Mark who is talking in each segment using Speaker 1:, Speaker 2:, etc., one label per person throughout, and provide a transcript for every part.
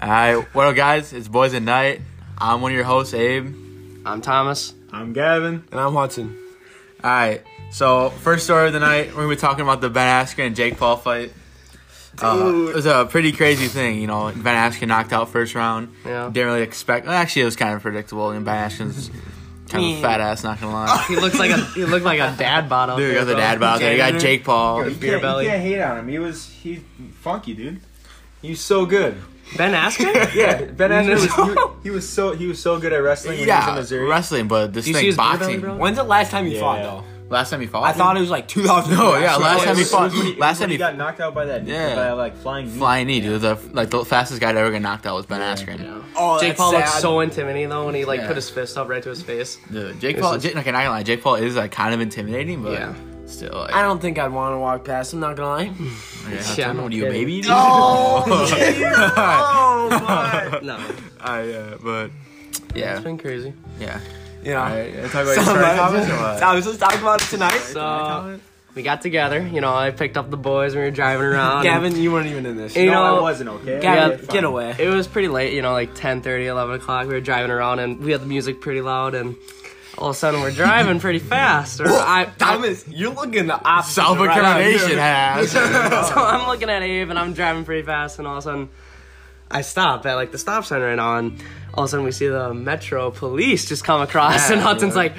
Speaker 1: All right, well, guys, it's Boys at Night. I'm one of your hosts, Abe.
Speaker 2: I'm Thomas.
Speaker 3: I'm Gavin.
Speaker 4: And I'm Hudson.
Speaker 1: All right, so first story of the night, we're gonna be talking about the Ben Askren and Jake Paul fight. Uh, it was a pretty crazy thing, you know. Ben Askren knocked out first round.
Speaker 2: Yeah.
Speaker 1: Didn't really expect. Well, actually, it was kind of predictable. And Ben Askren's kind of a
Speaker 2: Yeah.
Speaker 1: fat ass, not gonna lie.
Speaker 2: He looks like a he looked like a dad bod out
Speaker 1: Dude,
Speaker 2: there.
Speaker 1: you got the
Speaker 2: bro.
Speaker 1: dad bod out there. You got Jake Paul.
Speaker 2: Beer
Speaker 3: can't,
Speaker 2: belly.
Speaker 3: You can't hate on him. He was he funky, dude. He was so good.
Speaker 2: Ben Askren.
Speaker 3: Yeah, Ben Askren was
Speaker 2: No.
Speaker 3: he, he was so he was so good at wrestling when he was in
Speaker 1: Yeah,
Speaker 3: Missouri.
Speaker 1: wrestling, but this
Speaker 2: you see
Speaker 1: thing
Speaker 2: his beer belly,
Speaker 1: boxing.
Speaker 2: bro?
Speaker 4: When's the last time you
Speaker 3: Yeah.
Speaker 4: fought though?
Speaker 1: Last time he fought,
Speaker 4: I thought it was like 2000.
Speaker 1: No, yeah, last
Speaker 3: Oh,
Speaker 1: time
Speaker 3: it
Speaker 1: he
Speaker 3: was-
Speaker 1: fought-
Speaker 3: it was when he-
Speaker 1: last time
Speaker 3: when
Speaker 1: he-
Speaker 3: he got knocked out by that
Speaker 1: Yeah.
Speaker 3: yeah. by like flying knee.
Speaker 1: flying knee, dude. The, like the fastest guy to ever get knocked out was Ben Askren.
Speaker 4: Oh,
Speaker 2: Jake
Speaker 4: that's
Speaker 2: Paul looks
Speaker 4: sad.
Speaker 2: so intimidating though when he like
Speaker 1: Yeah.
Speaker 2: put his fist up right to his face.
Speaker 1: Dude, Jake
Speaker 2: This
Speaker 1: Paul.
Speaker 2: is-
Speaker 1: Jake, like, I'm not gonna lie, Jake Paul is like kind of intimidating, but
Speaker 2: Yeah.
Speaker 1: still, like,
Speaker 4: I don't think I'd want to walk past. I'm not gonna lie.
Speaker 1: yeah,
Speaker 2: Yeah,
Speaker 1: I'm
Speaker 2: no
Speaker 1: what are you, a
Speaker 2: kidding.
Speaker 1: baby? dude?
Speaker 4: oh my!
Speaker 2: No,
Speaker 1: I, uh, but
Speaker 2: it's
Speaker 1: yeah,
Speaker 2: been crazy.
Speaker 1: yeah.
Speaker 4: Yeah.
Speaker 1: Alright, talk about your
Speaker 4: So,
Speaker 1: story,
Speaker 4: man,
Speaker 1: Thomas, or what?
Speaker 4: I was just talking about it tonight.
Speaker 2: So we got together. You know, I picked up the boys. We were driving around. and
Speaker 4: Gavin, you weren't even in this.
Speaker 2: You
Speaker 3: No,
Speaker 2: know-
Speaker 3: I wasn't okay.
Speaker 4: Gavin,
Speaker 3: Okay, fine.
Speaker 4: get away.
Speaker 2: It was pretty late. You know, like 10, 11 o'clock. We were driving around and we had the music pretty loud and. All of a sudden, we're driving pretty fast. Or I, I,
Speaker 4: Thomas, you're looking the opposite.
Speaker 1: Self incrimination has.
Speaker 2: so I'm looking at Abe and I'm driving pretty fast, and all of a sudden, I stop at like the stop sign right now, and all of a sudden we see the Metro police just come across, and Hudson's like,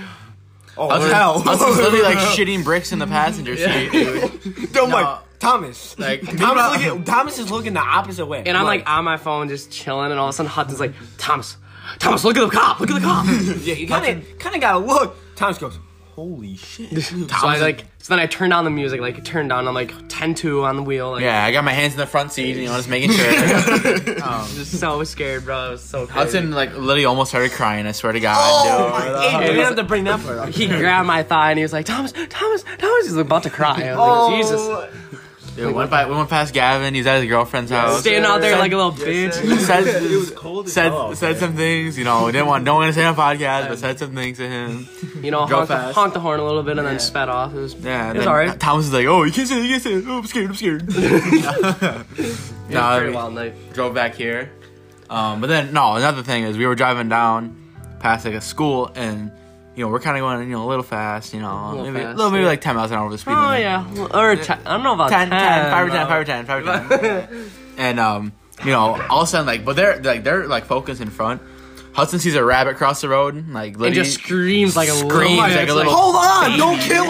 Speaker 4: Oh
Speaker 1: I was,
Speaker 4: hell!
Speaker 1: I was literally like shitting bricks in the passenger seat, dude.
Speaker 4: Don't
Speaker 1: No.
Speaker 4: like Thomas.
Speaker 1: Like,
Speaker 4: Thomas, looking, Thomas is looking the opposite way.
Speaker 2: and I'm like on my phone just chilling, and all of a sudden Hudson's like, Thomas, Thomas, look at the cop, look at the cop.
Speaker 4: yeah, you kind of kind of gotta look. Thomas goes, holy shit.
Speaker 2: so I like, so then I turned on the music, like it turned on, I'm like 10-2 on the wheel, like
Speaker 1: yeah, I got my hands in the front seat, you know, just making sure.
Speaker 2: just so scared, bro. It was so crazy.
Speaker 1: Hudson like literally almost started crying. I swear to God,
Speaker 4: Oh
Speaker 2: Oh.
Speaker 1: dude.
Speaker 4: Hey,
Speaker 2: It
Speaker 4: we
Speaker 2: was-
Speaker 4: have to bring that part up.
Speaker 2: He grabbed my thigh and he was like, Thomas, Thomas, Thomas. He's about to cry. I was like,
Speaker 4: Oh.
Speaker 2: Jesus.
Speaker 1: Dude, we went by, we went past Gavin. He's at his girlfriend's
Speaker 4: Oh,
Speaker 1: house.
Speaker 2: Standing out there like a little bitch.
Speaker 1: Said,
Speaker 3: It was cold as
Speaker 1: said
Speaker 3: hell. Um,
Speaker 1: said some things. You know, we didn't want don't want to say on podcast, but said some things to him.
Speaker 2: You know,
Speaker 1: Drove
Speaker 2: honked the,
Speaker 1: fast.
Speaker 2: honked the horn a little bit and then sped off. It was,
Speaker 1: Yeah,
Speaker 2: it
Speaker 1: and
Speaker 2: was
Speaker 1: then
Speaker 2: all right.
Speaker 1: Thomas is like, "Oh, you can't say, that, you can't say. that. Oh, I'm scared, I'm scared."
Speaker 2: It
Speaker 1: no,
Speaker 2: was a
Speaker 1: I
Speaker 2: pretty
Speaker 1: mean,
Speaker 2: wild night.
Speaker 1: drove back here. Um, but then no, another thing is we were driving down past like a school, and you know we're kind of going you know a little fast, you know,
Speaker 2: little
Speaker 1: maybe,
Speaker 2: fast,
Speaker 1: little, maybe
Speaker 2: yeah.
Speaker 1: like ten miles an hour over the speed
Speaker 2: Oh
Speaker 1: limit.
Speaker 2: yeah, Well, or te- I don't know about
Speaker 1: 10, 10, 5 or 10,
Speaker 2: though.
Speaker 1: 5 or 10, 5 or 10. and, um, you know, all of a sudden, like, but they're, like, they're, like, focused in front. Hudson sees a rabbit cross the road, and, like,
Speaker 2: And
Speaker 1: literally
Speaker 2: just screams like a
Speaker 1: screams
Speaker 2: little.
Speaker 1: like a little,
Speaker 4: Hold on, don't kill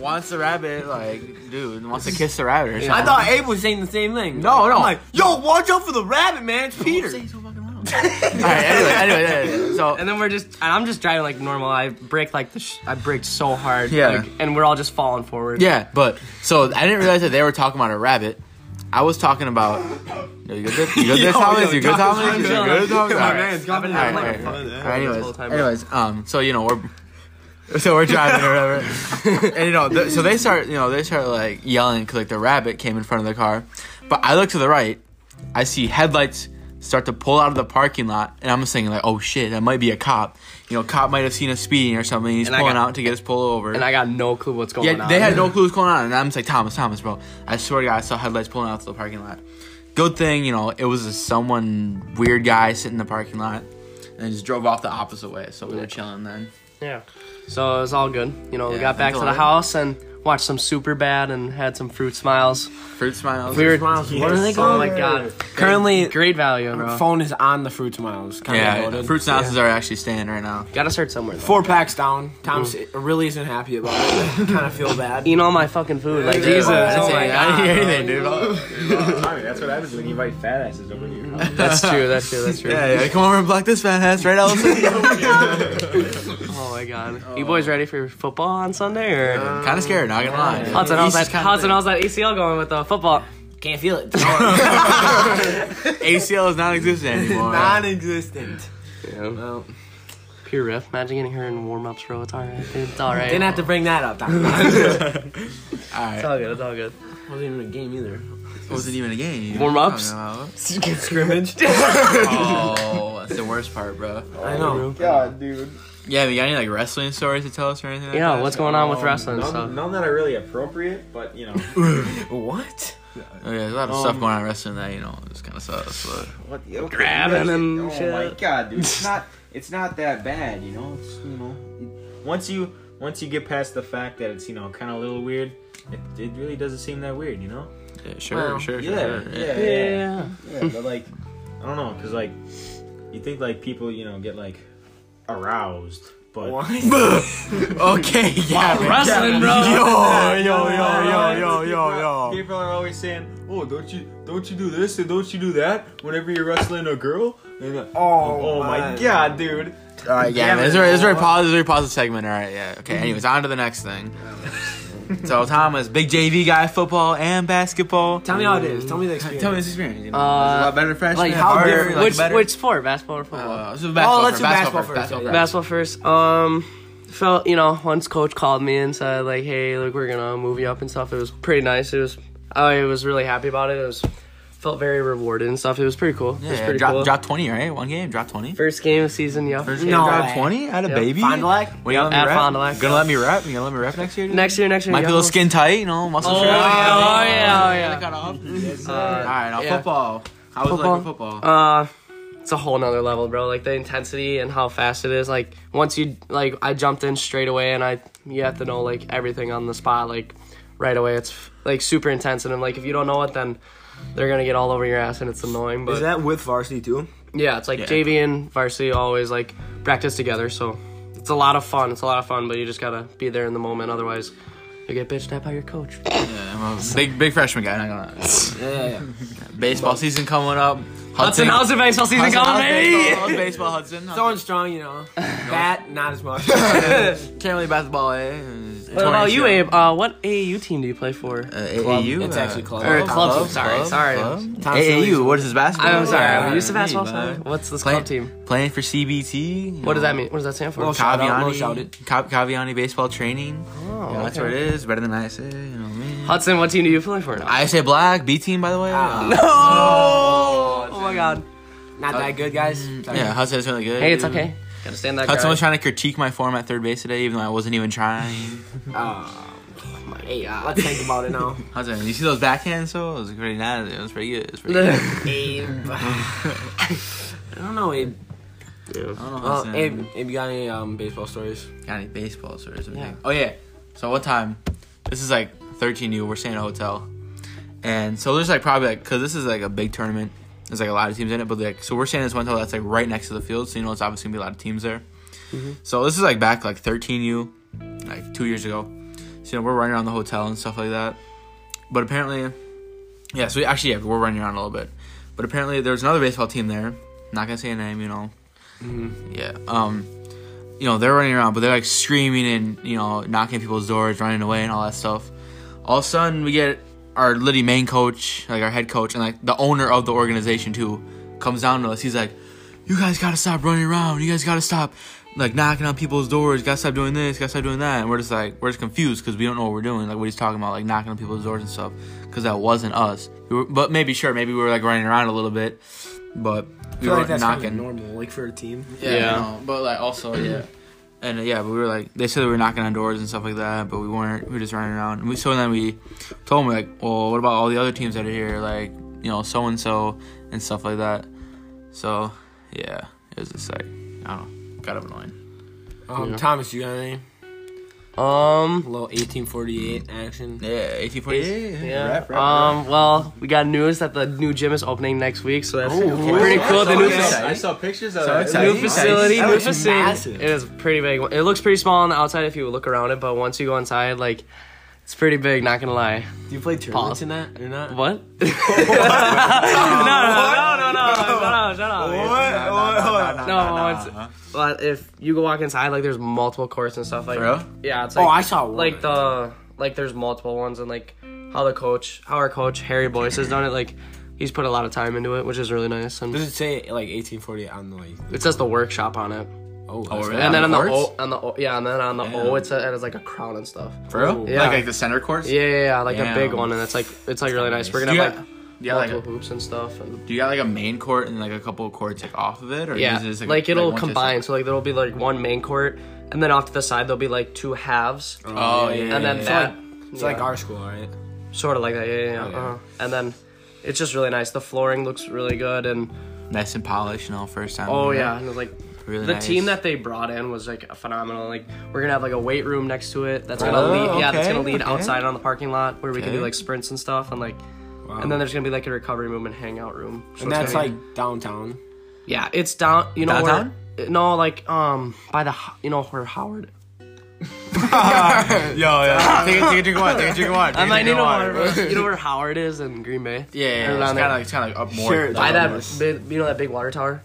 Speaker 1: wants the rabbit, like, dude, wants to kiss the rabbit or something.
Speaker 4: I thought Abe was saying the same thing.
Speaker 1: No, no.
Speaker 4: I'm like, yo, watch out for the rabbit, man. It's Peter.
Speaker 1: all right, anyway, anyway, anyway, so,
Speaker 2: And then we're just, and I'm just driving like normal. I brake like the, sh- I braked so hard.
Speaker 1: Yeah.
Speaker 2: Like, and we're all just falling forward.
Speaker 1: yeah, but, so, I didn't realize that they were talking about a rabbit. I was talking about, Yo, you good, Dick? you good,
Speaker 4: Yo,
Speaker 1: Dick, Thomas?
Speaker 4: yo,
Speaker 1: You good,
Speaker 4: Thomas,
Speaker 1: Thomas? You
Speaker 4: I'm
Speaker 1: good,
Speaker 4: chilling.
Speaker 1: Thomas?
Speaker 4: My
Speaker 1: All right.
Speaker 4: man's
Speaker 2: I've been
Speaker 1: Alright,
Speaker 2: like,
Speaker 1: alright,
Speaker 2: fuck.
Speaker 1: alright.
Speaker 2: This
Speaker 1: anyways,
Speaker 2: whole time.
Speaker 1: anyways, um, so you know we're, so we're driving or whatever, and you know, th- so they start, you know, they start like yelling because like the rabbit came in front of the car, but I look to the right, I see headlights start to pull out of the parking lot, and I'm just thinking like, oh shit, that might be a cop. You know, cop might have seen us speeding or something. And he's
Speaker 2: And I
Speaker 1: pulling
Speaker 2: got-
Speaker 1: out to get us pulled over.
Speaker 2: And I got no clue what's going
Speaker 1: Yeah,
Speaker 2: on.
Speaker 1: they had no clue what's going on, and I'm just like Thomas, Thomas, bro. I swear to God, I saw headlights pulling out to the parking lot. Good thing, you know, it was a someone weird guy sitting in the parking lot, and just drove off the opposite way. So we were chilling then.
Speaker 2: Yeah. So it was all good. You know, we
Speaker 1: Yeah,
Speaker 2: got back to
Speaker 1: until
Speaker 2: the
Speaker 1: I-
Speaker 2: house and watched some super bad and had some fruit smiles.
Speaker 1: Fruit smiles.
Speaker 2: We were.
Speaker 4: Miles, what are they
Speaker 2: Oh
Speaker 4: called?
Speaker 2: my god.
Speaker 4: Currently,
Speaker 2: Great value, bro.
Speaker 4: phone is on the Fruits Miles. Kinda
Speaker 1: Yeah,
Speaker 4: loaded.
Speaker 1: fruit smiles are actually staying right now.
Speaker 2: Gotta start somewhere. Though.
Speaker 4: Four packs down. Thomas really isn't happy about it. kind of feel bad.
Speaker 2: Eating all my fucking food, like Jesus.
Speaker 1: I
Speaker 2: Oh
Speaker 1: didn't
Speaker 2: my
Speaker 1: hear- I
Speaker 2: god.
Speaker 1: didn't hear anything, dude.
Speaker 3: Tommy, that's what happens when you invite fat asses over here.
Speaker 2: That's true. That's true. That's true.
Speaker 1: Yeah, yeah, come over and block this fat ass right out.
Speaker 2: Oh my god. You boys ready for football on Sunday or?
Speaker 1: kind of scared, not gonna lie. dude.
Speaker 2: Hudson, how's
Speaker 1: He's
Speaker 2: that?
Speaker 1: just kinda
Speaker 2: Hudson, how's that ACL going with the football?
Speaker 4: Can't feel it.
Speaker 1: Oh, ACL is non-existent anymore.
Speaker 4: Non-existent.
Speaker 2: Well, pure riff. Imagine getting her in warm ups, bro. It's all right. dude. It's all right.
Speaker 4: Didn't have to bring that up. Thomas.
Speaker 1: All right.
Speaker 2: It's all good. It's all good.
Speaker 4: wasn't even a game either.
Speaker 1: It wasn't even a game.
Speaker 2: Warm-ups?
Speaker 4: Scrimmage.
Speaker 1: Oh, that's the worst part, bro.
Speaker 4: I know.
Speaker 3: God, dude.
Speaker 1: Yeah, we got any like wrestling stories to tell us or anything? Like
Speaker 2: Yeah.
Speaker 1: that?
Speaker 2: What's going on with
Speaker 3: Um,
Speaker 2: wrestling?
Speaker 3: None,
Speaker 2: So
Speaker 3: none that are really appropriate, but you know.
Speaker 4: What?
Speaker 1: Okay, Oh, there's a lot of stuff going on in wrestling that you know it's kind of sucks. But
Speaker 3: What? Okay,
Speaker 2: Grabbing
Speaker 3: you
Speaker 2: him,
Speaker 3: guys- Oh my
Speaker 2: shit.
Speaker 3: god, dude! It's not. It's not that bad, you know. It's you know, it- once you once you get past the fact that it's you know kind of a little weird, it, it really doesn't seem that weird, you know.
Speaker 1: yeah, sure,
Speaker 2: Well,
Speaker 1: sure, sure,
Speaker 3: Yeah,
Speaker 1: sure,
Speaker 3: yeah, yeah.
Speaker 2: Yeah.
Speaker 3: Yeah, but like, I don't know, cause like, you think like people you know get like aroused, but
Speaker 1: Okay, yeah, man.
Speaker 2: Wrestling, bro.
Speaker 1: Yo, yo, yo, yo, yo, yo, yo.
Speaker 3: People are always saying, "Oh, don't you don't you do this and don't you do that whenever you're wrestling a girl." And, uh,
Speaker 4: Oh,
Speaker 3: oh my
Speaker 4: man.
Speaker 3: god, dude!
Speaker 1: All right, yeah,
Speaker 4: Damn
Speaker 1: man. This is
Speaker 4: it.
Speaker 1: a- this is a very pause. This is a very positive segment. All right, yeah. Okay. Anyways, on to the next thing. So Thomas, big JV guy, football and basketball.
Speaker 4: Tell me how it is. Tell me the experience.
Speaker 1: Tell me this experience. You know,
Speaker 2: Uh,
Speaker 1: was it a lot better freshman.
Speaker 4: like, how
Speaker 1: harder,
Speaker 4: different-
Speaker 1: like,
Speaker 2: which
Speaker 1: better?
Speaker 2: which sport? Basketball or football?
Speaker 1: Uh, so basketball
Speaker 4: let's
Speaker 1: first,
Speaker 4: do
Speaker 1: basketball
Speaker 4: basketball
Speaker 1: first.
Speaker 4: first,
Speaker 1: Basketball
Speaker 4: yeah,
Speaker 1: first.
Speaker 2: Basketball first. Um, felt you know once coach called me and said like, hey, like we're gonna move you up and stuff. It was pretty nice. It was I was really happy about it. It was felt very rewarded and stuff. It was pretty cool. it
Speaker 1: Yeah,
Speaker 2: was
Speaker 1: yeah,
Speaker 2: pretty
Speaker 1: drop,
Speaker 2: cool.
Speaker 1: drop 20, right? One game, drop 20.
Speaker 2: First game of season, yeah.
Speaker 1: First
Speaker 4: No
Speaker 1: game, drop
Speaker 4: way.
Speaker 1: 20? Had a
Speaker 2: Yep.
Speaker 1: baby?
Speaker 4: Fond du Lac?
Speaker 1: When you let
Speaker 2: Yep,
Speaker 1: me
Speaker 2: at
Speaker 1: rap?
Speaker 2: Fond du Lac.
Speaker 1: Gonna let me rap? You gonna let me rap next year? dude?
Speaker 2: Next year, next year.
Speaker 1: Might be
Speaker 2: yeah.
Speaker 1: a little skin tight, you know, muscle
Speaker 2: Oh
Speaker 1: shirt.
Speaker 2: yeah, oh yeah, oh yeah.
Speaker 1: Cut off.
Speaker 2: Uh,
Speaker 1: All right, now
Speaker 2: yeah.
Speaker 1: football. How was it like with football?
Speaker 2: Uh, it's a whole nother level, bro. Like the intensity and how fast it is. Like once you like, I jumped in straight away, and I you have to know like everything on the spot, like right away. It's like super intense, and then, like if you don't know it, then they're gonna get all over your ass, and it's annoying. But
Speaker 4: Is that with varsity too?
Speaker 2: yeah, it's like
Speaker 1: Yeah.
Speaker 2: JV and varsity always like practice together, so it's a lot of fun. It's a lot of fun, but you just gotta be there in the moment, otherwise you get bitched at by your coach.
Speaker 1: Yeah, I'm a big, big freshman guy. Not gonna. lie.
Speaker 4: Yeah, yeah, yeah.
Speaker 1: Baseball season coming up.
Speaker 2: Hudson, how's the baseball season
Speaker 1: Hudson,
Speaker 2: going,
Speaker 1: how's baseball?
Speaker 2: baby?
Speaker 1: How's baseball, Hudson? Hudson.
Speaker 4: Throwing strong, you know. Bat, not as much.
Speaker 1: Can't really basketball, eh?
Speaker 2: What about you, Abe? Uh, what AAU team do you play for?
Speaker 1: Uh, AAU.
Speaker 4: It's
Speaker 1: uh,
Speaker 4: actually club.
Speaker 2: Or club team,
Speaker 1: club,
Speaker 2: sorry,
Speaker 1: club,
Speaker 2: sorry.
Speaker 1: club.
Speaker 4: Tom Silly's-
Speaker 1: AAU. What is his basketball?
Speaker 2: I'm sorry,
Speaker 4: Yeah,
Speaker 2: I'm used to
Speaker 1: Hey,
Speaker 2: basketball.
Speaker 1: bud.
Speaker 2: sorry. What's this
Speaker 1: Play-
Speaker 2: club team?
Speaker 1: Playing for CBT. you
Speaker 2: What does
Speaker 1: know.
Speaker 2: that mean? What does that stand for?
Speaker 4: Well,
Speaker 2: Ca-
Speaker 4: Shout out,
Speaker 1: Caviani,
Speaker 4: little shout it.
Speaker 1: Ca- Caviani baseball training.
Speaker 2: Oh,
Speaker 1: You know, That's
Speaker 2: okay.
Speaker 1: what it is. Better than I say. You know what I mean?
Speaker 2: Hudson, what team do you play for now?
Speaker 1: I say black B team, by the way.
Speaker 4: Ah.
Speaker 2: no! Oh my god.
Speaker 4: Not that good, guys. Sorry.
Speaker 1: Yeah, Hudson's really good.
Speaker 2: Hey, it's
Speaker 1: dude.
Speaker 2: okay. Gotta stand that
Speaker 1: Hudson
Speaker 2: guy.
Speaker 1: was trying to critique my form at third base today, even though I wasn't even trying.
Speaker 4: Oh, my hey, uh, let's think about it now.
Speaker 1: Hudson, you see those backhands? So it was pretty nice. It was pretty good. It was pretty good.
Speaker 4: Abe. I don't know, Abe.
Speaker 1: I don't know,
Speaker 4: Well,
Speaker 1: Hudson.
Speaker 4: Abe, Abe, you got any um, baseball stories?
Speaker 1: Got any baseball stories? or
Speaker 2: Yeah.
Speaker 1: anything? Oh yeah. So what time? This is like 13 U. We're staying at a hotel, and so there's like probably like because this is like a big tournament. There's like a lot of teams in it, but like so we're staying in this one hotel that's like right next to the field, so you know it's obviously gonna be a lot of teams there. So this is like back like 13 U, like two years ago. So you know we're running around the hotel and stuff like that. But apparently, yeah. So we, actually, yeah, we're running around a little bit. But apparently, there's another baseball team there. Not gonna say a name, you know. Yeah. Um you know, they're running around, but they're like screaming and, you know, knocking people's doors, running away and all that stuff. All of a sudden, we get our Liddy main coach, like our head coach, and like the owner of the organization too, comes down to us. He's like, you guys gotta stop running around. You guys gotta stop like knocking on people's doors. Gotta stop doing this. Gotta stop doing that. And we're just like, we're just confused because we don't know what we're doing. Like, what he's talking about, like knocking on people's doors and stuff. Because that wasn't us. We were, but maybe, sure, maybe we were like running around a little bit, but we
Speaker 4: feel
Speaker 1: were
Speaker 4: like that's kinda
Speaker 1: knocking.
Speaker 4: normal, like for a team.
Speaker 1: Yeah.
Speaker 2: Yeah.
Speaker 1: I know, but like also yeah. And uh, yeah, but we were like they said we were knocking on doors and stuff like that, but we weren't. We were just running around. And we so then we told them like, well, what about all the other teams that are here, like you know so and so and stuff like that. So yeah, it was just like I don't know, kind of annoying.
Speaker 4: Um, Thomas, you got any?
Speaker 2: Um.
Speaker 4: A little 1848 action.
Speaker 1: Yeah, eighteen forty.
Speaker 2: Yeah.
Speaker 3: Rap, rap,
Speaker 2: um. Well, we got news that the new gym is opening next week, so that's pretty cool. The
Speaker 1: Oh,
Speaker 2: new,
Speaker 1: yeah.
Speaker 2: fac-
Speaker 3: I saw pictures of
Speaker 1: So
Speaker 3: that.
Speaker 1: exciting.
Speaker 2: new
Speaker 1: Nice.
Speaker 2: facility,
Speaker 4: That
Speaker 2: new
Speaker 4: looks
Speaker 2: facility.
Speaker 4: massive.
Speaker 2: It is pretty big. It looks pretty small on the outside if you look around it, but once you go inside, like, it's pretty big. Not gonna lie.
Speaker 4: Do you play tournaments in that or not?
Speaker 2: What? no, no, no, no, no, no, no, shut up. No, it's well, if you go walk inside, like there's multiple courts and stuff like.
Speaker 1: For real?
Speaker 2: Yeah, it's like
Speaker 4: Oh, I saw one.
Speaker 2: like the like there's multiple ones and like how the coach, how our coach Harry Boyce has done it. Like he's put a lot of time into it, which is really nice. And
Speaker 4: Does it say like 1848 on the like?
Speaker 2: it says the workshop on it,
Speaker 4: Oh,
Speaker 1: Oh,
Speaker 4: that's
Speaker 1: really?
Speaker 4: nice.
Speaker 2: and then
Speaker 1: on
Speaker 2: on
Speaker 1: the
Speaker 2: the O,
Speaker 1: courts?
Speaker 2: on the o, yeah, and then on the
Speaker 1: Yeah.
Speaker 2: O, it's a, it has like a crown and stuff.
Speaker 1: For real?
Speaker 2: Oh. Yeah.
Speaker 1: Like like the center course.
Speaker 2: Yeah, yeah, yeah, like a big
Speaker 1: Damn.
Speaker 2: one, and it's like it's like really nice. We're gonna
Speaker 1: Do you
Speaker 2: have
Speaker 1: got-
Speaker 2: like
Speaker 1: Yeah, like
Speaker 2: multiple
Speaker 1: do
Speaker 2: hoops and stuff. And,
Speaker 1: you got like a main court and like a couple of courts like off of it, or
Speaker 2: Yeah,
Speaker 1: is it just,
Speaker 2: like, it'll
Speaker 1: one just,
Speaker 2: combine. So like there'll be like one main court, and then off to the side there'll be like two halves,
Speaker 1: Oh yeah,
Speaker 2: and then
Speaker 1: yeah, yeah.
Speaker 2: that.
Speaker 4: It's like our school, right?
Speaker 2: Sort of like that, yeah, yeah, yeah.
Speaker 1: Yeah.
Speaker 2: Uh-huh. And then it's just really nice. The flooring looks really good, and
Speaker 1: Nice and polished, you know, first time.
Speaker 2: oh
Speaker 1: in there.
Speaker 2: yeah, and it was like
Speaker 1: Really
Speaker 2: the
Speaker 1: nice.
Speaker 2: team that they brought in was like phenomenal. Like we're gonna have like a weight room next to it that's gonna
Speaker 1: Oh,
Speaker 2: lead, yeah, that's
Speaker 1: okay,
Speaker 2: gonna lead
Speaker 1: okay.
Speaker 2: outside on the parking lot where we can do
Speaker 1: Okay.
Speaker 2: like sprints and stuff, and like. And then there's gonna be like a recovery room and hangout room. So
Speaker 4: And
Speaker 2: it's
Speaker 4: that's
Speaker 2: gonna be-
Speaker 4: like downtown.
Speaker 2: yeah, it's down. You know
Speaker 1: Downtown?
Speaker 2: where? No, like um by the ho- you know where Howard.
Speaker 1: Yo, yeah. take, a, take a drink of water. Take a drink of water.
Speaker 2: I might need a water.
Speaker 1: Yeah,
Speaker 2: bro. you know where Howard is in Green Bay.
Speaker 1: yeah.
Speaker 2: Around
Speaker 1: yeah. It's kind
Speaker 2: there.
Speaker 1: of like, it's kinda like up more.
Speaker 4: Sure,
Speaker 2: By that,
Speaker 4: Yes.
Speaker 2: big, you know that big water tower.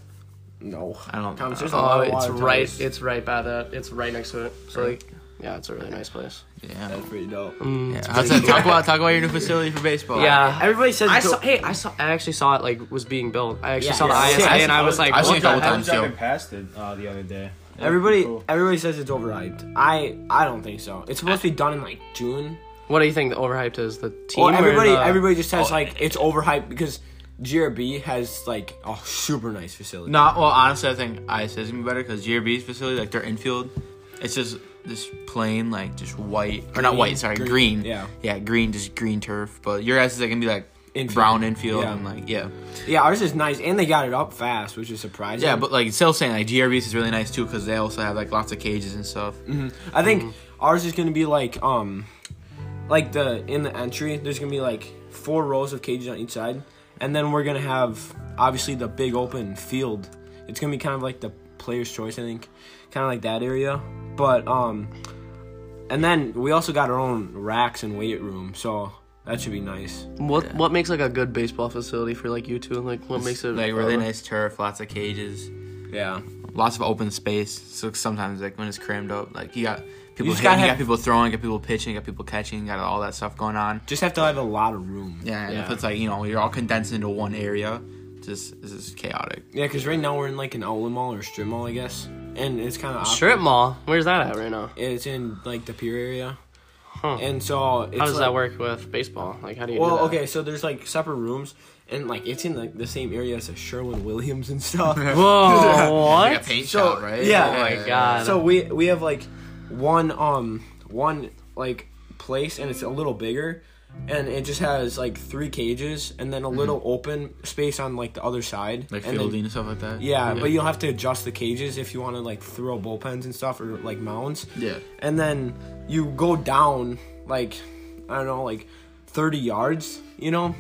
Speaker 4: No.
Speaker 1: I don't.
Speaker 4: Thomas, there's a
Speaker 2: Oh,
Speaker 4: lot of
Speaker 2: it's
Speaker 4: water
Speaker 2: right.
Speaker 4: towers.
Speaker 2: It's right by that. It's right next to it. So like, yeah, it's a really nice place.
Speaker 1: yeah.
Speaker 4: That's pretty dope.
Speaker 1: yeah. How's that? Talk about talk about your new facility for baseball.
Speaker 2: Yeah,
Speaker 4: Everybody says
Speaker 2: I
Speaker 4: it's
Speaker 2: saw.
Speaker 4: o-
Speaker 2: Hey, I saw. I actually saw it like was being built. I actually
Speaker 4: Yeah.
Speaker 2: saw the
Speaker 4: Yeah.
Speaker 2: ISA,
Speaker 4: Yeah, I
Speaker 2: and I was like,
Speaker 1: I've seen it
Speaker 2: what
Speaker 1: a
Speaker 2: the
Speaker 1: couple
Speaker 2: heck?
Speaker 1: times.
Speaker 3: was driving
Speaker 1: so-
Speaker 3: past it uh, the other day. That was
Speaker 4: Everybody,
Speaker 3: pretty cool.
Speaker 4: everybody says it's overhyped. I, I don't think so. It's supposed to be done in like June.
Speaker 2: What do you think the overhyped is? The team.
Speaker 4: Well,
Speaker 2: or
Speaker 4: everybody,
Speaker 1: uh,
Speaker 2: the-
Speaker 4: everybody just
Speaker 1: oh,
Speaker 4: says like it's overhyped because GRB has like a super nice facility.
Speaker 1: No, well, honestly, I think ISS is gonna be better because GRB's facility, like their infield, it's just this plain, like just white or not
Speaker 4: Green,
Speaker 1: white, sorry, green.
Speaker 4: green, yeah.
Speaker 1: yeah, green, just green turf. But your ass is like gonna be like
Speaker 4: Infield.
Speaker 1: brown infield
Speaker 4: Yeah.
Speaker 1: and like yeah,
Speaker 4: Yeah, ours is nice, and they got it up fast, which is surprising.
Speaker 1: yeah. But like still saying like GRB's is really nice too because they also have like lots of cages and stuff.
Speaker 4: I think
Speaker 1: mm-hmm.
Speaker 4: ours is gonna be like um, like the in the entry. There's gonna be like four rows of cages on each side, and then we're gonna have obviously the big open field. It's gonna be kind of like the player's choice, I think, kind of like that area. But um, and then we also got our own racks and weight room, so that should be nice.
Speaker 2: What What makes like a good baseball facility for like you two? Like what makes it
Speaker 1: Like really nice turf, lots of cages,
Speaker 4: Yeah,
Speaker 1: lots of open space. So sometimes like when it's crammed up, like you got people
Speaker 4: just
Speaker 1: hitting,
Speaker 4: gotta
Speaker 1: you got
Speaker 4: have-
Speaker 1: people throwing, you got people pitching, you got people catching, you got all that stuff going on.
Speaker 4: just have to have a lot of room.
Speaker 1: Yeah, and if
Speaker 4: yeah,
Speaker 1: it's like you know you're all condensed into one area, just this is chaotic.
Speaker 4: yeah. Because right now we're in like an outlet mall or strip mall, I guess, and it's kind of
Speaker 2: strip mall? Where's that at right now?
Speaker 4: It's in like the pier area.
Speaker 2: Huh.
Speaker 4: And so it's
Speaker 2: How does
Speaker 4: like-
Speaker 2: that work with baseball? Like how do you? do
Speaker 4: Well,
Speaker 2: that?
Speaker 4: okay, so there's like separate rooms, and like it's in like the same area as the Sherwin Williams and stuff.
Speaker 2: Whoa,
Speaker 1: Like a
Speaker 2: what?
Speaker 1: paint
Speaker 4: So-
Speaker 1: shop, right?
Speaker 4: yeah.
Speaker 2: Oh my god.
Speaker 4: so we we have like one um one like place, and it's a little bigger, and it just has like three cages, and then a
Speaker 2: Mm-hmm.
Speaker 4: little open space on like the other side,
Speaker 1: Like
Speaker 4: and then-
Speaker 1: fielding and stuff like that.
Speaker 4: yeah, but you'll have to adjust the cages if you want to like throw bullpens and stuff or like mounds.
Speaker 1: Yeah.
Speaker 4: And then you go down like I don't know, like 30 yards, you know?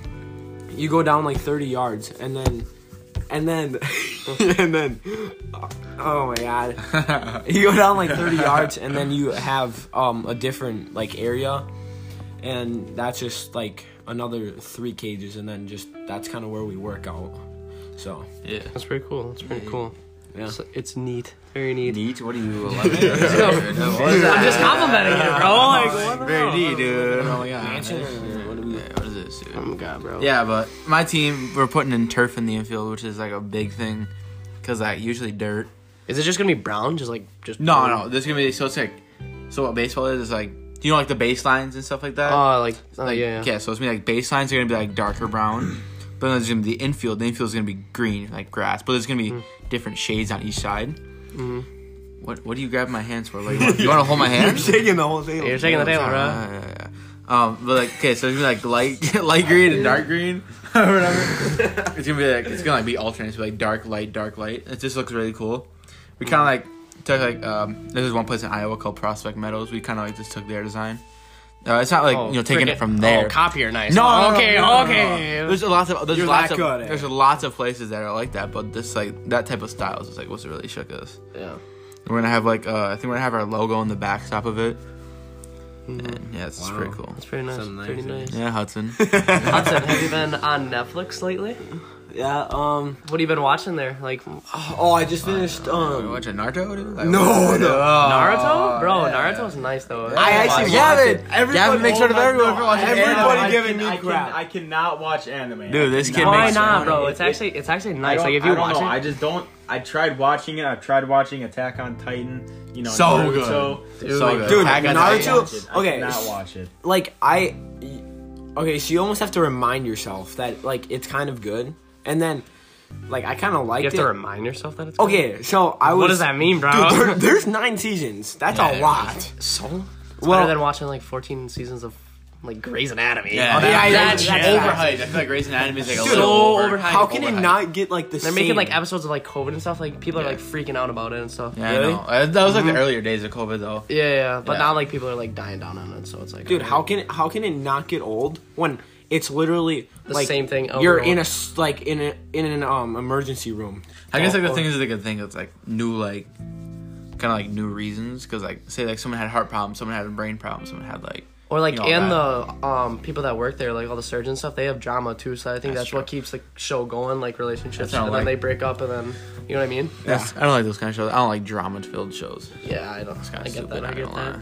Speaker 4: You go down like 30 yards and then and then and then oh my god. you go down like 30 yards and then you have um a different like area and that's just like another 3 cages and then just that's kind of where we work out. So,
Speaker 1: yeah.
Speaker 2: That's pretty cool. That's pretty cool.
Speaker 4: yeah.
Speaker 2: It's, it's neat. Very neat.
Speaker 1: Neat. What are you? Eleven?
Speaker 2: I'm just complimenting you, bro. Like, what the
Speaker 1: Very
Speaker 2: hell?
Speaker 1: neat, dude. Oh my god.
Speaker 4: Mansion or what do we-
Speaker 1: Yeah, What is this? Dude?
Speaker 2: Oh my god, bro.
Speaker 1: Yeah, but my team we're putting in turf in the infield, which is like a big thing, because like usually dirt.
Speaker 2: Is it just gonna be brown? Just like just
Speaker 1: No, no. This is gonna be so sick. So what baseball is is like, you know, like the baselines and stuff like that.
Speaker 2: Oh, like, oh,
Speaker 1: Like,
Speaker 2: yeah, yeah.
Speaker 1: so it's gonna be like baselines are gonna be like darker brown, but then there's gonna be the infield. The infield's gonna be green, like grass, but there's gonna
Speaker 2: Mm.
Speaker 1: be different shades on each side.
Speaker 2: Mm-hmm.
Speaker 1: What What do you grab my hands for? Like, you want, you want to hold my hand?
Speaker 4: taking the whole thing.
Speaker 2: You're taking the table, bro.
Speaker 1: Yeah, yeah, yeah. Um, but like, okay, so it's gonna be like light, light green and dark green, or whatever. it's gonna be like it's gonna like be alternating, so like dark light, dark light. It just looks really cool. We kind of like took like um, there's one place in Iowa called Prospect Meadows. We kind of like just took their design. Uh, it's not like you know taking it
Speaker 2: frickin-
Speaker 1: from there.
Speaker 2: Oh, copier, nice.
Speaker 1: No, no, no,
Speaker 2: okay,
Speaker 1: no, no, no, no.
Speaker 2: okay.
Speaker 1: There's a lots of there's
Speaker 4: You're
Speaker 1: lots
Speaker 4: that
Speaker 1: of
Speaker 4: good at
Speaker 1: there's
Speaker 4: it.
Speaker 1: lots of places that are like that, but this like that type of style is just like what's really shook us.
Speaker 2: Yeah.
Speaker 1: We're gonna have like uh, I think we're gonna have our logo on the backstop of it. And yeah, it's
Speaker 4: Mm-hmm. Wow.
Speaker 1: pretty cool.
Speaker 2: That's pretty nice.
Speaker 4: Something
Speaker 2: pretty
Speaker 4: nice.
Speaker 2: nice.
Speaker 1: Yeah, Hudson.
Speaker 2: Hudson, have you been on Netflix lately?
Speaker 4: Yeah. Um.
Speaker 2: What have you been watching there? Like
Speaker 1: Uh,
Speaker 4: Oh, I just finished.
Speaker 1: we
Speaker 4: Um.
Speaker 1: watching Naruto? Oh, Dude? Like,
Speaker 4: No, no.
Speaker 2: Naruto? Bro,
Speaker 1: yeah.
Speaker 2: Naruto's nice though.
Speaker 4: I actually
Speaker 2: watch-
Speaker 1: Yeah,
Speaker 4: Gavin.
Speaker 1: dude.
Speaker 4: Everybody
Speaker 1: Gavin makes fun of
Speaker 4: oh my
Speaker 1: everyone
Speaker 4: God,
Speaker 1: for watching
Speaker 4: Everybody
Speaker 1: anime.
Speaker 4: giving
Speaker 3: I
Speaker 4: me
Speaker 3: can,
Speaker 4: crap.
Speaker 3: I cannot watch anime.
Speaker 1: Dude, this
Speaker 3: I
Speaker 1: kid
Speaker 3: cannot.
Speaker 1: makes
Speaker 2: Why
Speaker 1: sense.
Speaker 2: not, bro?
Speaker 3: It-
Speaker 2: It's
Speaker 3: it-
Speaker 2: actually it's actually
Speaker 3: I
Speaker 2: nice. Like
Speaker 3: don't-
Speaker 2: if you
Speaker 3: I don't
Speaker 2: watch
Speaker 3: know. I
Speaker 2: it,
Speaker 3: just don't. I tried watching it. I've tried watching Attack on Titan. You know,
Speaker 1: So
Speaker 3: Naruto.
Speaker 1: good.
Speaker 3: Dude,
Speaker 1: So good.
Speaker 4: Dude,
Speaker 1: Attack on
Speaker 3: I
Speaker 1: Titan.
Speaker 4: Naruto-
Speaker 3: cannot watch it. I
Speaker 4: okay.
Speaker 3: cannot watch it.
Speaker 4: Like I. Okay, so you almost have to remind yourself that like it's kind of good, and then like I kind of liked
Speaker 2: you have
Speaker 4: it.
Speaker 2: to remind yourself that it's.
Speaker 4: okay, so I was.
Speaker 2: What does that mean, bro?
Speaker 4: Dude, there- there's nine seasons. That's
Speaker 1: Yeah,
Speaker 4: a
Speaker 1: yeah.
Speaker 4: lot.
Speaker 2: So
Speaker 4: Well-
Speaker 2: better than watching like 14 seasons of like Grey's Anatomy.
Speaker 1: Yeah,
Speaker 4: yeah,
Speaker 1: that-
Speaker 4: yeah,
Speaker 1: that's
Speaker 4: yeah.
Speaker 1: overhyped. I feel like Grey's Anatomy is like a
Speaker 2: Dude,
Speaker 1: little
Speaker 2: so
Speaker 1: over-
Speaker 2: overhyped.
Speaker 4: How can
Speaker 2: overhyped.
Speaker 4: it not get like the
Speaker 2: They're
Speaker 4: same?
Speaker 2: making like episodes of like COVID and stuff. Like people are
Speaker 1: Yeah.
Speaker 2: like freaking out about it and stuff.
Speaker 1: Yeah,
Speaker 4: Really?
Speaker 1: I know. Uh, That was like
Speaker 4: Mm-hmm.
Speaker 1: the earlier days of COVID though.
Speaker 2: Yeah, yeah. But
Speaker 1: Yeah.
Speaker 2: now like people are like dying down on it, so it's like
Speaker 4: dude, how can it, how can it not get old when it's literally
Speaker 2: The
Speaker 4: like,
Speaker 2: same thing over
Speaker 4: You're
Speaker 2: and
Speaker 4: in
Speaker 2: over.
Speaker 4: a s- like in a in an um emergency room.
Speaker 1: I guess like the
Speaker 4: Or-
Speaker 1: thing is like a thing that's like new like kind of like new reasons because like say like someone had heart problems, someone had a brain problem, someone had like
Speaker 2: Or like
Speaker 1: you know,
Speaker 2: and
Speaker 1: that.
Speaker 2: the um people that work there, like all the surgeons and stuff, they have drama too. So I think that's,
Speaker 1: That's
Speaker 2: what keeps the show going, like relationships,
Speaker 1: That's not
Speaker 2: and
Speaker 1: like-
Speaker 2: then they break up, and then you know what I mean?
Speaker 1: That's- I don't like those kind of shows. I don't like drama filled shows.
Speaker 2: Yeah, I don't. I
Speaker 1: kinda
Speaker 2: get
Speaker 1: stupid,
Speaker 2: that. I
Speaker 1: I
Speaker 2: get
Speaker 1: don't
Speaker 2: that.
Speaker 1: lie.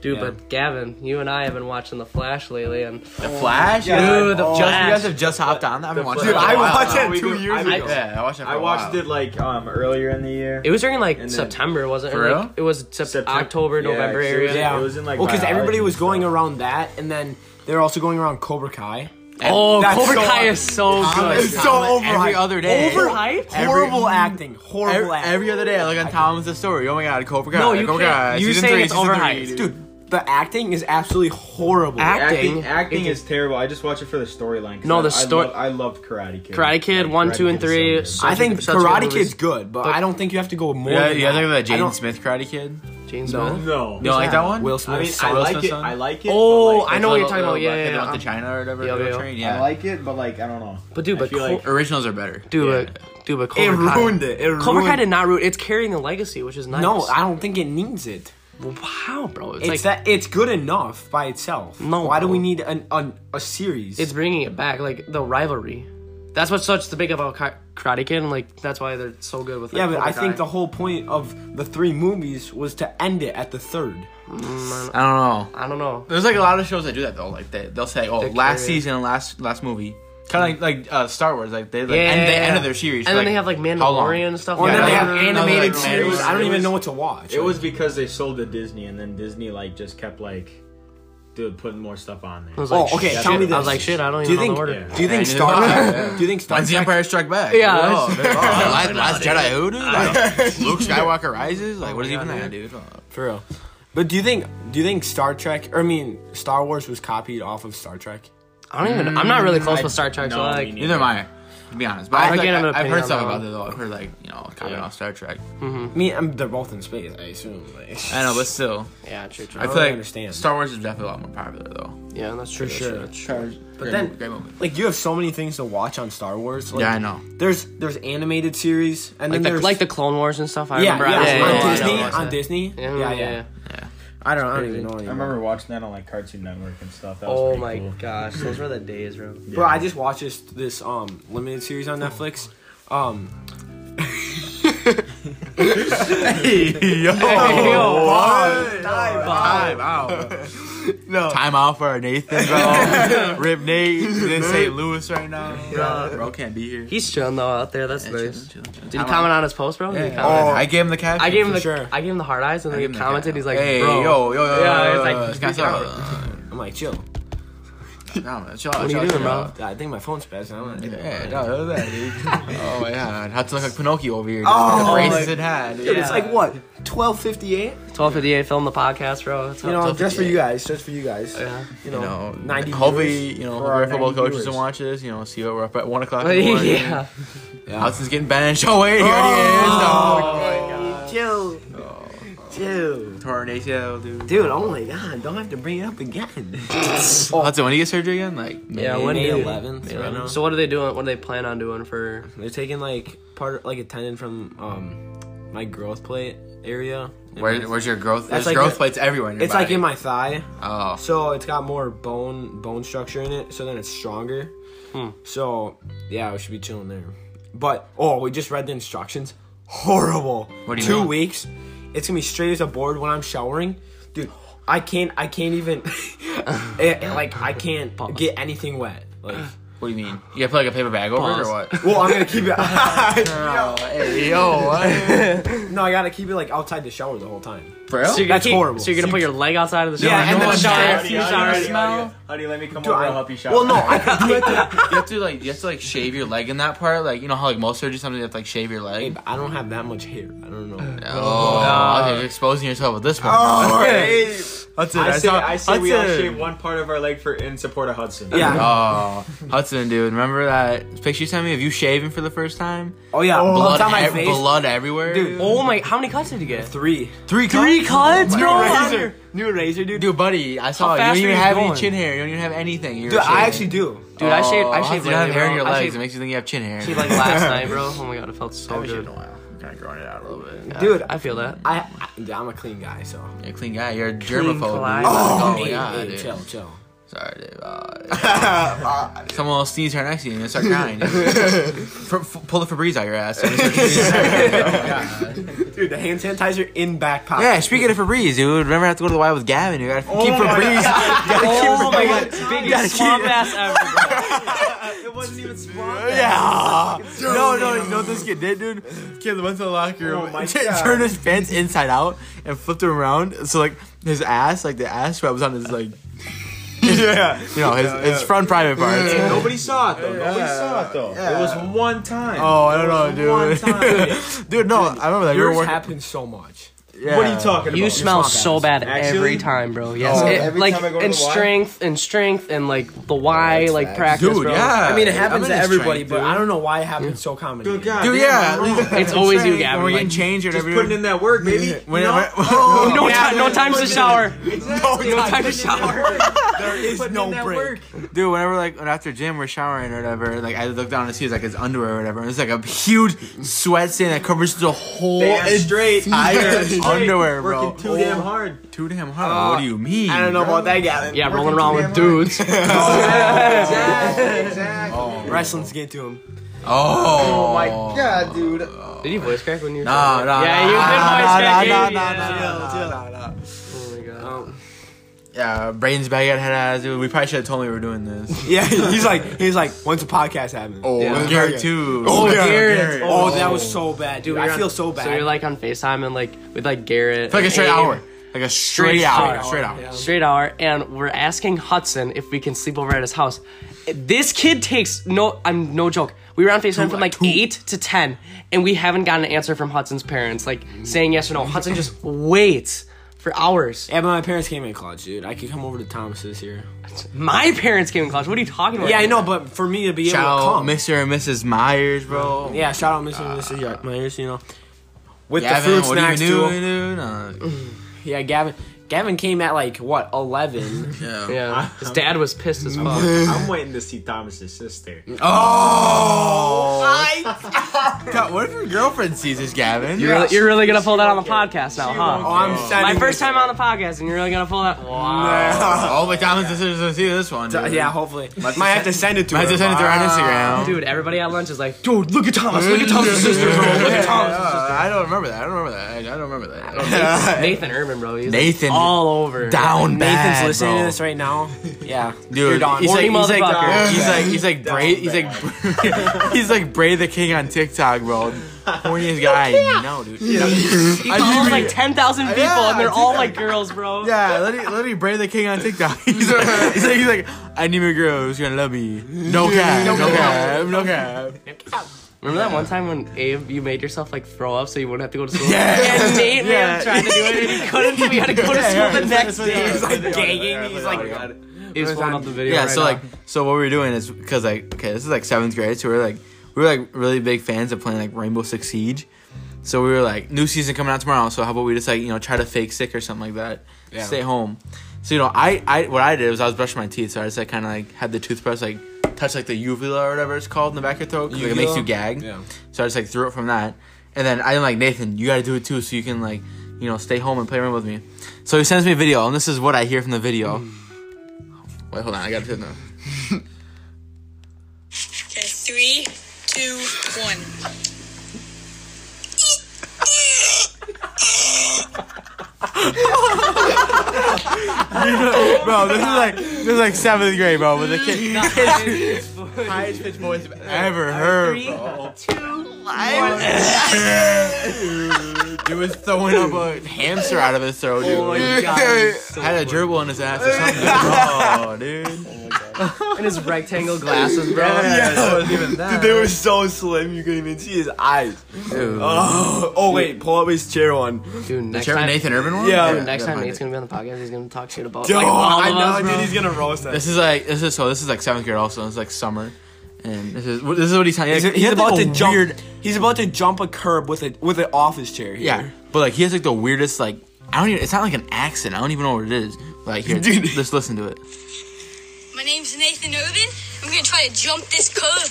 Speaker 2: Dude,
Speaker 4: Yeah.
Speaker 2: but Gavin, you and I have been watching The Flash lately, and
Speaker 1: The Flash,
Speaker 3: God.
Speaker 1: dude. The
Speaker 3: Oh.
Speaker 1: Just, you guys have just hopped on that. I've been watching.
Speaker 4: Dude,
Speaker 1: it for
Speaker 4: I
Speaker 1: a while
Speaker 4: watched
Speaker 1: now.
Speaker 4: it two years
Speaker 3: I,
Speaker 4: ago.
Speaker 1: Yeah, I watched it. For
Speaker 3: I
Speaker 1: a
Speaker 3: watched
Speaker 1: while.
Speaker 3: it like um earlier in the year.
Speaker 2: it was during like
Speaker 3: And then-
Speaker 2: September, wasn't it?
Speaker 1: For
Speaker 2: Or,
Speaker 1: real?
Speaker 2: like, It was sept-
Speaker 3: Septem-
Speaker 2: October,
Speaker 3: Yeah,
Speaker 2: November
Speaker 3: it
Speaker 2: area.
Speaker 3: was-
Speaker 4: Yeah,
Speaker 3: It was in, like,
Speaker 4: well, because
Speaker 3: biology
Speaker 4: everybody
Speaker 3: and
Speaker 4: was going
Speaker 3: stuff.
Speaker 4: around that, and then they're also going around Cobra Kai.
Speaker 2: Oh,
Speaker 4: That's
Speaker 2: Cobra
Speaker 4: so-
Speaker 2: Kai is so
Speaker 1: Thomas-
Speaker 2: good.
Speaker 1: It's so overhyped.
Speaker 4: Every other day.
Speaker 2: Overhyped?
Speaker 4: Horrible acting. Horrible
Speaker 1: Every,
Speaker 4: acting.
Speaker 1: every other day, I look on Tom's the story. Oh my god, Cobra Kai.
Speaker 2: No, you
Speaker 1: Cobra
Speaker 2: can't.
Speaker 1: Kai,
Speaker 2: You
Speaker 1: season
Speaker 2: saying
Speaker 1: three,
Speaker 2: it's
Speaker 1: season three.
Speaker 2: overhyped.
Speaker 4: dude, the acting is absolutely horrible.
Speaker 2: Act-
Speaker 3: acting,
Speaker 2: acting-
Speaker 3: acting
Speaker 2: it-
Speaker 3: is terrible. I just watch it for the storyline. 'cause
Speaker 2: No,
Speaker 3: I-
Speaker 2: the
Speaker 3: I
Speaker 2: sto-
Speaker 3: love- I loved Karate Kid.
Speaker 2: Karate Kid,
Speaker 3: Like,
Speaker 2: one,
Speaker 3: Karate
Speaker 2: two, and
Speaker 3: Kid is
Speaker 2: three.
Speaker 3: good.
Speaker 2: So-
Speaker 4: I think
Speaker 2: such good
Speaker 4: Karate
Speaker 2: movies.
Speaker 4: Kid's good, but,
Speaker 2: But-
Speaker 4: I don't think you have to go more.
Speaker 1: Yeah,
Speaker 4: than
Speaker 1: you guys
Speaker 4: that.
Speaker 1: think of that
Speaker 4: I
Speaker 1: Jaden
Speaker 4: don't-
Speaker 1: Smith Karate Kid? You
Speaker 2: James
Speaker 4: No.
Speaker 2: Bond.
Speaker 3: no.
Speaker 1: don't like
Speaker 4: that?
Speaker 1: that one?
Speaker 4: Will
Speaker 3: I mean,
Speaker 4: Smith.
Speaker 3: I
Speaker 1: Will
Speaker 3: like
Speaker 1: Smith's
Speaker 3: it.
Speaker 1: son?
Speaker 3: I like it.
Speaker 2: Oh,
Speaker 3: but, like,
Speaker 2: I know what you're talking
Speaker 1: Little-
Speaker 2: about. Yeah,
Speaker 1: like
Speaker 2: yeah,
Speaker 1: they went
Speaker 2: yeah.
Speaker 1: to China or whatever.
Speaker 2: Yeah,
Speaker 1: little
Speaker 2: yeah.
Speaker 1: train,
Speaker 3: I
Speaker 1: yeah.
Speaker 3: like it, but like I don't know.
Speaker 2: But dude,
Speaker 3: I
Speaker 2: but
Speaker 3: feel
Speaker 2: Col-
Speaker 3: like
Speaker 1: Originals are better.
Speaker 2: Dude, but dude, but
Speaker 4: It
Speaker 2: Cobra Kai.
Speaker 4: ruined it. it
Speaker 2: Cobra Kai
Speaker 4: ruined-
Speaker 2: did not ruin. It's carrying the legacy, which is nice.
Speaker 4: No, I don't think it needs it.
Speaker 2: wow, bro. It's,
Speaker 4: It's
Speaker 2: like
Speaker 4: that it's good enough by itself.
Speaker 2: No,
Speaker 4: why do
Speaker 2: bro.
Speaker 4: we need an, an a series?
Speaker 2: it's bringing it back, like the rivalry. That's what's such the big about Ka- Karate Kid, and like that's why they're so good with. Like,
Speaker 4: yeah, but
Speaker 2: Cobra
Speaker 4: I think
Speaker 2: Kai.
Speaker 4: the whole point of the three movies was to end it at the third.
Speaker 1: I don't know.
Speaker 2: I don't know.
Speaker 1: There's like a lot of shows that do that though. Like they they'll say, oh,
Speaker 2: They
Speaker 1: last
Speaker 2: carry it.
Speaker 1: season and last last movie. Kind of like, like uh, Star Wars, like they like
Speaker 2: Yeah,
Speaker 1: end
Speaker 2: yeah,
Speaker 1: the
Speaker 2: yeah.
Speaker 1: end of their series.
Speaker 2: And
Speaker 1: for,
Speaker 2: then they have like
Speaker 1: how long?
Speaker 2: Mandalorian and stuff.
Speaker 4: Or
Speaker 2: like
Speaker 4: then
Speaker 1: Yeah,
Speaker 4: they
Speaker 2: that.
Speaker 4: have
Speaker 1: no, no, no, no,
Speaker 4: animated
Speaker 1: no, no, no,
Speaker 4: series.
Speaker 1: it was-
Speaker 4: I don't
Speaker 3: it
Speaker 4: even
Speaker 3: was-
Speaker 4: know what to watch.
Speaker 3: It was because they sold to Disney, and then Disney like just kept like, dude, putting more more stuff on there.
Speaker 2: I was
Speaker 4: Oh,
Speaker 2: like,
Speaker 4: okay.
Speaker 2: shit.
Speaker 4: Tell me
Speaker 2: I
Speaker 4: this.
Speaker 2: was like, shit, I don't
Speaker 4: do you
Speaker 2: even know
Speaker 4: think?
Speaker 2: the order.
Speaker 4: Do you think
Speaker 1: Yeah.
Speaker 4: Star?
Speaker 1: Yeah.
Speaker 4: Do you think Star
Speaker 1: When's the
Speaker 4: Trek?
Speaker 1: Empire Strike Back?
Speaker 2: Yeah,
Speaker 1: Whoa,
Speaker 2: it's-
Speaker 1: man. Oh, last, last Jedi who, dude? Like, Luke Skywalker rises? Like, what is
Speaker 2: Oh my
Speaker 1: even
Speaker 2: God,
Speaker 1: that, dude?
Speaker 4: For real. But do you think? Do you think Star Trek? Or I mean, Star Wars was copied off of Star Trek.
Speaker 2: I don't even. I'm not really close
Speaker 3: I-
Speaker 2: with Star Trek, so
Speaker 3: no, me
Speaker 2: like,
Speaker 3: neither.
Speaker 1: Neither am I, to be honest. But
Speaker 2: I
Speaker 1: I, like,
Speaker 2: can't have an
Speaker 1: I, have
Speaker 2: opinion
Speaker 1: heard
Speaker 2: on
Speaker 1: stuff
Speaker 2: that
Speaker 1: about
Speaker 2: one.
Speaker 1: it though. I've heard like you know, coming off Star Trek.
Speaker 4: I mean, I'm, they're both in space. I assume. Like,
Speaker 1: I know, but still,
Speaker 2: yeah, true, true.
Speaker 1: I feel
Speaker 4: really
Speaker 1: like
Speaker 4: understand.
Speaker 1: Star Wars is definitely a lot more popular though.
Speaker 2: yeah, that's true. that's
Speaker 4: sure.
Speaker 2: true, that's true.
Speaker 4: But then-
Speaker 1: movie, great movie.
Speaker 4: like you have so many things to watch on Star Wars. Like,
Speaker 1: Yeah, I know.
Speaker 4: There's there's animated series and
Speaker 2: Like
Speaker 4: then
Speaker 2: the,
Speaker 4: there's
Speaker 2: like the Clone Wars and stuff. I
Speaker 4: yeah,
Speaker 2: remember. I
Speaker 4: yeah,
Speaker 2: was
Speaker 1: yeah,
Speaker 2: little,
Speaker 1: yeah,
Speaker 2: I
Speaker 4: on
Speaker 1: yeah,
Speaker 4: Disney
Speaker 1: yeah,
Speaker 2: know, I
Speaker 4: on
Speaker 2: said-
Speaker 4: Disney.
Speaker 2: Yeah,
Speaker 4: Yeah, yeah.
Speaker 2: yeah.
Speaker 4: I don't I don't even know. Anymore.
Speaker 3: I remember watching that on like Cartoon Network and stuff. That was
Speaker 2: Oh
Speaker 3: pretty
Speaker 2: my
Speaker 3: cool.
Speaker 2: gosh, those were the days, bro.
Speaker 4: Bro, I just watched this this um limited series on Netflix. Um,
Speaker 1: Yo,
Speaker 2: yo,
Speaker 1: what?
Speaker 2: Bye.
Speaker 1: Time out. No. Time out for Nathan, bro. Rip Nate. He's in St. Louis right now. Bro, Bro can't be here.
Speaker 2: He's chilling though out there. That's
Speaker 1: Yeah, chill,
Speaker 2: nice.
Speaker 1: chill, chill.
Speaker 2: Did he
Speaker 1: Time
Speaker 2: comment
Speaker 1: out.
Speaker 2: on his post, bro? Did he
Speaker 1: Yeah.
Speaker 2: comment?
Speaker 1: I gave him the caption.
Speaker 2: I gave him the
Speaker 4: sure.
Speaker 2: I gave him the hard eyes, and
Speaker 1: I
Speaker 2: then
Speaker 1: gave him
Speaker 2: he
Speaker 1: the
Speaker 2: commented.
Speaker 1: caption.
Speaker 2: He's like,
Speaker 1: hey,
Speaker 2: bro,
Speaker 1: yo, yo, yo, yo,
Speaker 2: Yeah, it's
Speaker 1: yo,
Speaker 2: like,
Speaker 1: yo,
Speaker 2: speak
Speaker 1: guys,
Speaker 2: out.
Speaker 1: uh,
Speaker 4: I'm like, chill.
Speaker 1: no, chill out,
Speaker 2: are you
Speaker 1: chill out,
Speaker 2: doing,
Speaker 1: chill
Speaker 2: bro?
Speaker 1: out.
Speaker 4: I think my phone's spazzing. I don't know.
Speaker 1: Yeah, no, that was that, dude. oh my god, had to look like Pinocchio over here.
Speaker 4: Oh,
Speaker 1: Oh, the braces
Speaker 4: my-
Speaker 1: it had.
Speaker 4: Dude,
Speaker 1: Dude.
Speaker 4: it's like what 12:58.
Speaker 2: 1258 film the podcast, bro. It's
Speaker 4: You know,
Speaker 2: tough.
Speaker 4: just for you guys, just for you guys.
Speaker 2: Yeah.
Speaker 1: You
Speaker 4: You know,
Speaker 1: know,
Speaker 4: 90
Speaker 1: hopefully,
Speaker 4: viewers
Speaker 1: you know,
Speaker 4: for
Speaker 1: hopefully
Speaker 4: our
Speaker 1: our football
Speaker 4: 90
Speaker 1: coaches
Speaker 4: viewers.
Speaker 1: and watch this. You know, see what we're up at one o'clock. In the morning.
Speaker 2: yeah.
Speaker 1: Hudson's getting benched. Oh wait, here
Speaker 4: Oh.
Speaker 1: he
Speaker 4: Chill.
Speaker 1: is.
Speaker 4: Chill.
Speaker 1: No, torn ACL, dude.
Speaker 4: Dude, oh my god, don't have to bring it up again.
Speaker 1: Hudson, when do you get surgery again? Like,
Speaker 2: Yeah,
Speaker 1: May?
Speaker 2: when
Speaker 4: May
Speaker 2: do you-
Speaker 4: 11th, right now.
Speaker 2: So what are they doing? What do they plan on doing for?
Speaker 4: They're taking like part like a tendon from um my growth plate area.
Speaker 1: Where, where's your growth? There's
Speaker 4: like
Speaker 1: growth
Speaker 4: the-
Speaker 1: plates everywhere. In your
Speaker 4: It's like
Speaker 1: body.
Speaker 4: in my thigh,
Speaker 1: Oh,
Speaker 4: so it's got more bone bone structure in it. So then it's stronger.
Speaker 1: Hmm.
Speaker 4: So yeah, we should be chilling there. But oh, we just read the instructions. Horrible.
Speaker 1: What do you
Speaker 4: Two
Speaker 1: mean?
Speaker 4: weeks. It's gonna be straight as a board when I'm showering, dude. I can't. I can't even. it- like I can't get anything wet. Like.
Speaker 1: what do you mean? You gotta put like a paper bag over it
Speaker 2: Pause.
Speaker 1: or what?
Speaker 4: Well, I'm gonna keep it.
Speaker 1: Oh, hey, yo, what?
Speaker 4: no, I gotta keep it like outside the shower the whole time.
Speaker 1: For real?
Speaker 2: So you're
Speaker 4: That's
Speaker 2: gonna keep-
Speaker 4: horrible.
Speaker 2: So you're gonna put your leg outside of the shower.
Speaker 4: Yeah, and
Speaker 1: no
Speaker 4: then
Speaker 1: one
Speaker 4: shower.
Speaker 1: cares.
Speaker 2: You shower
Speaker 3: How do you- how do you-
Speaker 2: smell.
Speaker 3: How do you let me come
Speaker 4: Dude,
Speaker 3: over
Speaker 4: I-
Speaker 3: and help you shower?
Speaker 4: Well, no, I could do it.
Speaker 1: you have to like you have to like shave your leg in that part, like you know how like most surgeries sometimes you have to like shave your leg.
Speaker 4: I don't have that much hair. I don't know.
Speaker 1: Oh, okay, you're exposing yourself at this point.
Speaker 4: Oh, hey.
Speaker 1: That's it.
Speaker 3: I say,
Speaker 1: saw
Speaker 3: I say we all
Speaker 1: Hudson.
Speaker 3: shave one part of our leg for in support of Hudson.
Speaker 4: Yeah.
Speaker 1: Oh, Hudson, dude, remember that picture you sent me of you shaving for the first time?
Speaker 4: Oh yeah,
Speaker 1: blood,
Speaker 4: blood on my
Speaker 1: ev-
Speaker 4: face.
Speaker 1: blood everywhere,
Speaker 4: Dude.
Speaker 2: Oh my! How many cuts did you get?
Speaker 4: Three.
Speaker 1: Three,
Speaker 2: Three cuts,
Speaker 1: Oh my
Speaker 2: bro.
Speaker 1: God. Razor.
Speaker 4: New razor, dude.
Speaker 1: Dude, buddy, I saw it. You
Speaker 2: fast
Speaker 1: don't
Speaker 2: are
Speaker 1: even
Speaker 2: you
Speaker 1: have any
Speaker 2: going?
Speaker 1: chin hair. You don't even have anything. You're
Speaker 4: Dude, I
Speaker 1: shaving.
Speaker 4: actually do.
Speaker 2: Dude, I shaved.
Speaker 1: Oh,
Speaker 2: I shaved.
Speaker 1: You don't have
Speaker 2: lately,
Speaker 1: hair
Speaker 2: bro.
Speaker 1: in your
Speaker 2: I
Speaker 1: legs.
Speaker 2: shaved-
Speaker 1: it makes you think you have chin hair.
Speaker 2: Shaved like last night, bro. Oh my god, it felt so good.
Speaker 1: Kind of growing it out a little bit.
Speaker 2: Yeah,
Speaker 4: Dude.
Speaker 2: I feel that.
Speaker 4: I, I dude, I'm a clean guy, so.
Speaker 1: You're a clean guy. You're a germaphobe.
Speaker 2: Clean
Speaker 1: dude.
Speaker 2: collide.
Speaker 1: oh,
Speaker 4: Hey,
Speaker 1: my god,
Speaker 4: hey,
Speaker 1: dude.
Speaker 4: chill, chill.
Speaker 1: Sorry, dude. Uh, someone will sneeze right next to you and you'll start crying. F- f- pull the Febreze out your ass.
Speaker 4: Dude, the hand sanitizer in back pocket.
Speaker 1: yeah, speaking of Febreze, you would never have to go to the Y with Gavin. You gotta
Speaker 3: Oh,
Speaker 1: keep Febreze.
Speaker 2: Oh my god,
Speaker 1: Gotta
Speaker 2: biggest swamp
Speaker 1: keep-
Speaker 2: ass ever. bro.
Speaker 3: It wasn't even smart.
Speaker 1: Yeah. No, no, you know what this kid did, dude? Kid went to the locker room,
Speaker 4: Oh my
Speaker 1: turned his pants inside out, and flipped him around. So like his ass, like the ass wrap was on his like,
Speaker 4: yeah.
Speaker 1: you know, his, his front private parts.
Speaker 3: Nobody saw it though. Nobody Oh, saw it though. It was one time.
Speaker 1: Oh, I don't
Speaker 3: It
Speaker 1: know,
Speaker 3: was One
Speaker 1: dude.
Speaker 3: time.
Speaker 1: Dude, no, I remember that. we
Speaker 4: Yours
Speaker 1: were working.
Speaker 4: happens so much.
Speaker 1: yeah.
Speaker 3: What are you talking about?
Speaker 2: You smell
Speaker 4: swamp
Speaker 2: so
Speaker 4: ass.
Speaker 2: bad
Speaker 3: Actually?
Speaker 2: every time, bro. Yes,
Speaker 3: Oh,
Speaker 2: It-
Speaker 3: every
Speaker 2: like
Speaker 3: time I go to
Speaker 2: and
Speaker 3: the Y?
Speaker 2: strength and strength and like the Y, like practice,
Speaker 1: Dude,
Speaker 2: bro.
Speaker 1: yeah.
Speaker 4: I mean, it happens
Speaker 1: I'm
Speaker 4: to
Speaker 1: in his
Speaker 4: everybody,
Speaker 1: train,
Speaker 4: but I don't know why it happens so commonly.
Speaker 3: Good God.
Speaker 1: Dude,
Speaker 3: damn,
Speaker 1: yeah.
Speaker 3: I'm wrong.
Speaker 2: It's always you,
Speaker 1: When
Speaker 2: Gavin.
Speaker 1: we're getting
Speaker 2: Like,
Speaker 1: changed or
Speaker 3: Just
Speaker 1: whatever.
Speaker 3: putting in that work, baby.
Speaker 1: when,
Speaker 3: No.
Speaker 1: when- oh,
Speaker 2: no,
Speaker 3: Yeah,
Speaker 2: ti- no
Speaker 3: dude,
Speaker 2: time to
Speaker 3: put it in.
Speaker 2: shower.
Speaker 3: Exactly.
Speaker 2: No time to shower.
Speaker 3: There is
Speaker 4: no break.
Speaker 1: Dude, whenever like when after gym we're showering or whatever, like I look down and see like his underwear or whatever, and it's like a huge sweat stain that covers the whole
Speaker 3: Damn straight.
Speaker 1: entire
Speaker 3: Damn straight.
Speaker 1: underwear, bro.
Speaker 3: Working too
Speaker 1: Oh.
Speaker 3: damn hard.
Speaker 1: Too damn hard. what do you mean?
Speaker 4: I don't know about that, Gavin.
Speaker 2: Yeah, rolling around with dudes.
Speaker 3: Exactly. Exactly.
Speaker 4: Wrestling's get to him.
Speaker 1: Oh, my
Speaker 5: Yeah, dude.
Speaker 2: Did you voice crack when you? were
Speaker 1: Nah, nah,
Speaker 2: Yeah,
Speaker 1: nah,
Speaker 2: you did
Speaker 1: nah,
Speaker 2: voice crack.
Speaker 1: nah, nah,
Speaker 2: yeah.
Speaker 1: nah, nah, nah, nah, nah.
Speaker 2: Oh my god.
Speaker 1: Yeah, brains back at head ass. Dude, we probably should have told me we were doing this.
Speaker 4: Yeah, he's like, he's like, when's the podcast happening?
Speaker 1: Oh,
Speaker 2: Yeah.
Speaker 1: Garrett too.
Speaker 4: Oh,
Speaker 2: Garrett.
Speaker 4: Oh, that was so bad, dude.
Speaker 2: We were
Speaker 4: I
Speaker 2: on-
Speaker 4: feel so bad.
Speaker 2: So you're like on Facetime and like with like Garrett.
Speaker 1: It's like a straight
Speaker 2: Abe,
Speaker 1: hour. Like a straight,
Speaker 2: Straight
Speaker 1: hour.
Speaker 2: hour.
Speaker 1: Straight hour.
Speaker 4: Yeah.
Speaker 2: Straight hour, and we're asking Hudson if we can sleep over at his house. This kid takes no, I'm no joke. We were on Facetime from like eight to ten, and we haven't gotten an answer from Hudson's parents, like saying yes or no. Hudson just waits for hours.
Speaker 4: yeah, but my parents came in college, dude. I could come over to Thomas this year.
Speaker 2: My parents came in college. What are you talking about?
Speaker 4: Yeah, I know, but for me to be able
Speaker 1: Shout
Speaker 4: to
Speaker 1: out
Speaker 4: come,
Speaker 1: Mr. and Mrs. Myers, bro.
Speaker 4: yeah, shout out Mr. and Mrs. Yark Myers, you know, with
Speaker 1: Ah. Gavin,
Speaker 4: the fruit
Speaker 1: what are you
Speaker 4: snacks too.
Speaker 1: doing, dude? Uh,
Speaker 4: Yeah, Gavin. Gavin came at like what eleven.
Speaker 1: yeah.
Speaker 2: Yeah, his dad was pissed as fuck.
Speaker 3: I'm waiting to see Thomas's sister.
Speaker 1: Oh! God, what if your girlfriend sees this, Gavin?
Speaker 2: You're, really, you're really gonna pull that on the podcast now,
Speaker 4: oh,
Speaker 2: huh?
Speaker 4: I'm
Speaker 2: My
Speaker 4: sending
Speaker 2: first time on the podcast, and you're really gonna pull that. Wow.
Speaker 1: Uh, All my Thomas sisters will see this one.
Speaker 4: this-
Speaker 1: dude.
Speaker 4: Yeah, hopefully. Might have to send it to.
Speaker 1: I
Speaker 4: her.
Speaker 1: just sent it to her on Instagram.
Speaker 2: Dude, everybody at lunch is like,
Speaker 4: Dude, look at Thomas. Look at Thomas' sister, bro. Look at Thomas.
Speaker 1: Uh, I don't remember that. I don't remember that. I I don't remember that.
Speaker 2: Nathan Urban, bro. He's
Speaker 1: Nathan
Speaker 2: like all over.
Speaker 1: Down
Speaker 4: Nathan's
Speaker 1: bad,
Speaker 4: listening
Speaker 1: bro.
Speaker 4: to this right now. Yeah,
Speaker 1: Dude,
Speaker 4: done.
Speaker 1: he's like,
Speaker 2: Horny
Speaker 1: he's like,
Speaker 2: motherfucker.
Speaker 1: he's like, he's like, Bray, he's like, he's like Bray the King on TikTok, bro. Horniest guy I know, dude.
Speaker 2: He
Speaker 1: I mean-
Speaker 2: follows like ten thousand people,
Speaker 1: Yeah,
Speaker 2: and they're
Speaker 1: dude.
Speaker 2: all like girls, bro.
Speaker 1: Yeah, let me let me Bray the King on TikTok. He's like, he's like, he's like I need my girl who's gonna love me. No cap, no cap, no cap.
Speaker 2: Remember that one time when Abe, you made yourself like throw up so you wouldn't have to go to school.
Speaker 1: Yeah.
Speaker 2: And Nate, we
Speaker 1: Yeah.
Speaker 2: were trying to do it, and he couldn't. So we had to go to
Speaker 1: Yeah,
Speaker 2: school
Speaker 1: yeah,
Speaker 2: the
Speaker 1: it's- it's-
Speaker 2: next
Speaker 1: it's-
Speaker 2: day.
Speaker 1: it's-
Speaker 2: He's like
Speaker 1: it's-
Speaker 2: gagging. He's like, he was pulling up the video.
Speaker 1: Yeah,
Speaker 2: right
Speaker 1: so
Speaker 2: now.
Speaker 1: like, so what we were doing is because like, okay, this is like seventh grade, so we were like, we were like really big fans of playing like Rainbow Six Siege. So we were like, new season coming out tomorrow. So how about we just like you know try to fake sick or something like that, stay home. So you know, I I what I did was I was brushing my teeth, so I just like kind of like had the toothbrush like touch like the uvula or whatever it's called in the back of your throat 'cause, like, it makes you gag.
Speaker 4: Yeah.
Speaker 1: So I just like threw it from that, and then I'm like Nathan, you gotta do it too, so you can like you know stay home and play around with me. So he sends me a video, and this is what I hear from the video. Wait, hold on, I gotta do it now.
Speaker 6: Okay, three, two, one.
Speaker 1: bro, this is like this is like seventh grade, bro. With the kid
Speaker 4: Highest pitch voice of
Speaker 1: I ever heard,
Speaker 2: Three,
Speaker 1: bro. He was throwing up a hamster out of his throat, dude.
Speaker 2: Oh my God, he's so
Speaker 1: Had a gerbil in his ass or something. Oh, dude.
Speaker 2: and his rectangle glasses, bro.
Speaker 1: Yeah.
Speaker 3: it wasn't even that.
Speaker 4: They were so slim you couldn't even see his eyes.
Speaker 1: Dude.
Speaker 4: Oh, oh wait, pull up his chair one.
Speaker 2: Dude, next
Speaker 1: Chairman
Speaker 2: time,
Speaker 1: Nathan Urban one?
Speaker 4: Yeah.
Speaker 2: dude, next
Speaker 1: Yeah,
Speaker 2: time
Speaker 1: might
Speaker 2: Nate's
Speaker 1: be.
Speaker 2: gonna be on the podcast, he's gonna talk shit about
Speaker 4: Dude,
Speaker 2: like, all
Speaker 4: I
Speaker 2: of
Speaker 4: know,
Speaker 2: us, bro.
Speaker 4: dude, he's gonna roast us.
Speaker 1: This is like this is so this is like seventh grade also. It's like summer, and this is this is what he's telling. He's,
Speaker 4: He's,
Speaker 1: like,
Speaker 4: he's
Speaker 1: he's
Speaker 4: about
Speaker 1: like,
Speaker 4: to
Speaker 1: a
Speaker 4: jump.
Speaker 1: Weird,
Speaker 4: He's about to jump a curb with a with an office chair. Here.
Speaker 1: yeah, but like he has like the weirdest like I don't even. It's not like an accent. I don't even know what it is. Like here,
Speaker 4: Dude.
Speaker 1: just listen to it.
Speaker 6: My name's Nathan Urban. I'm gonna try to jump this curb.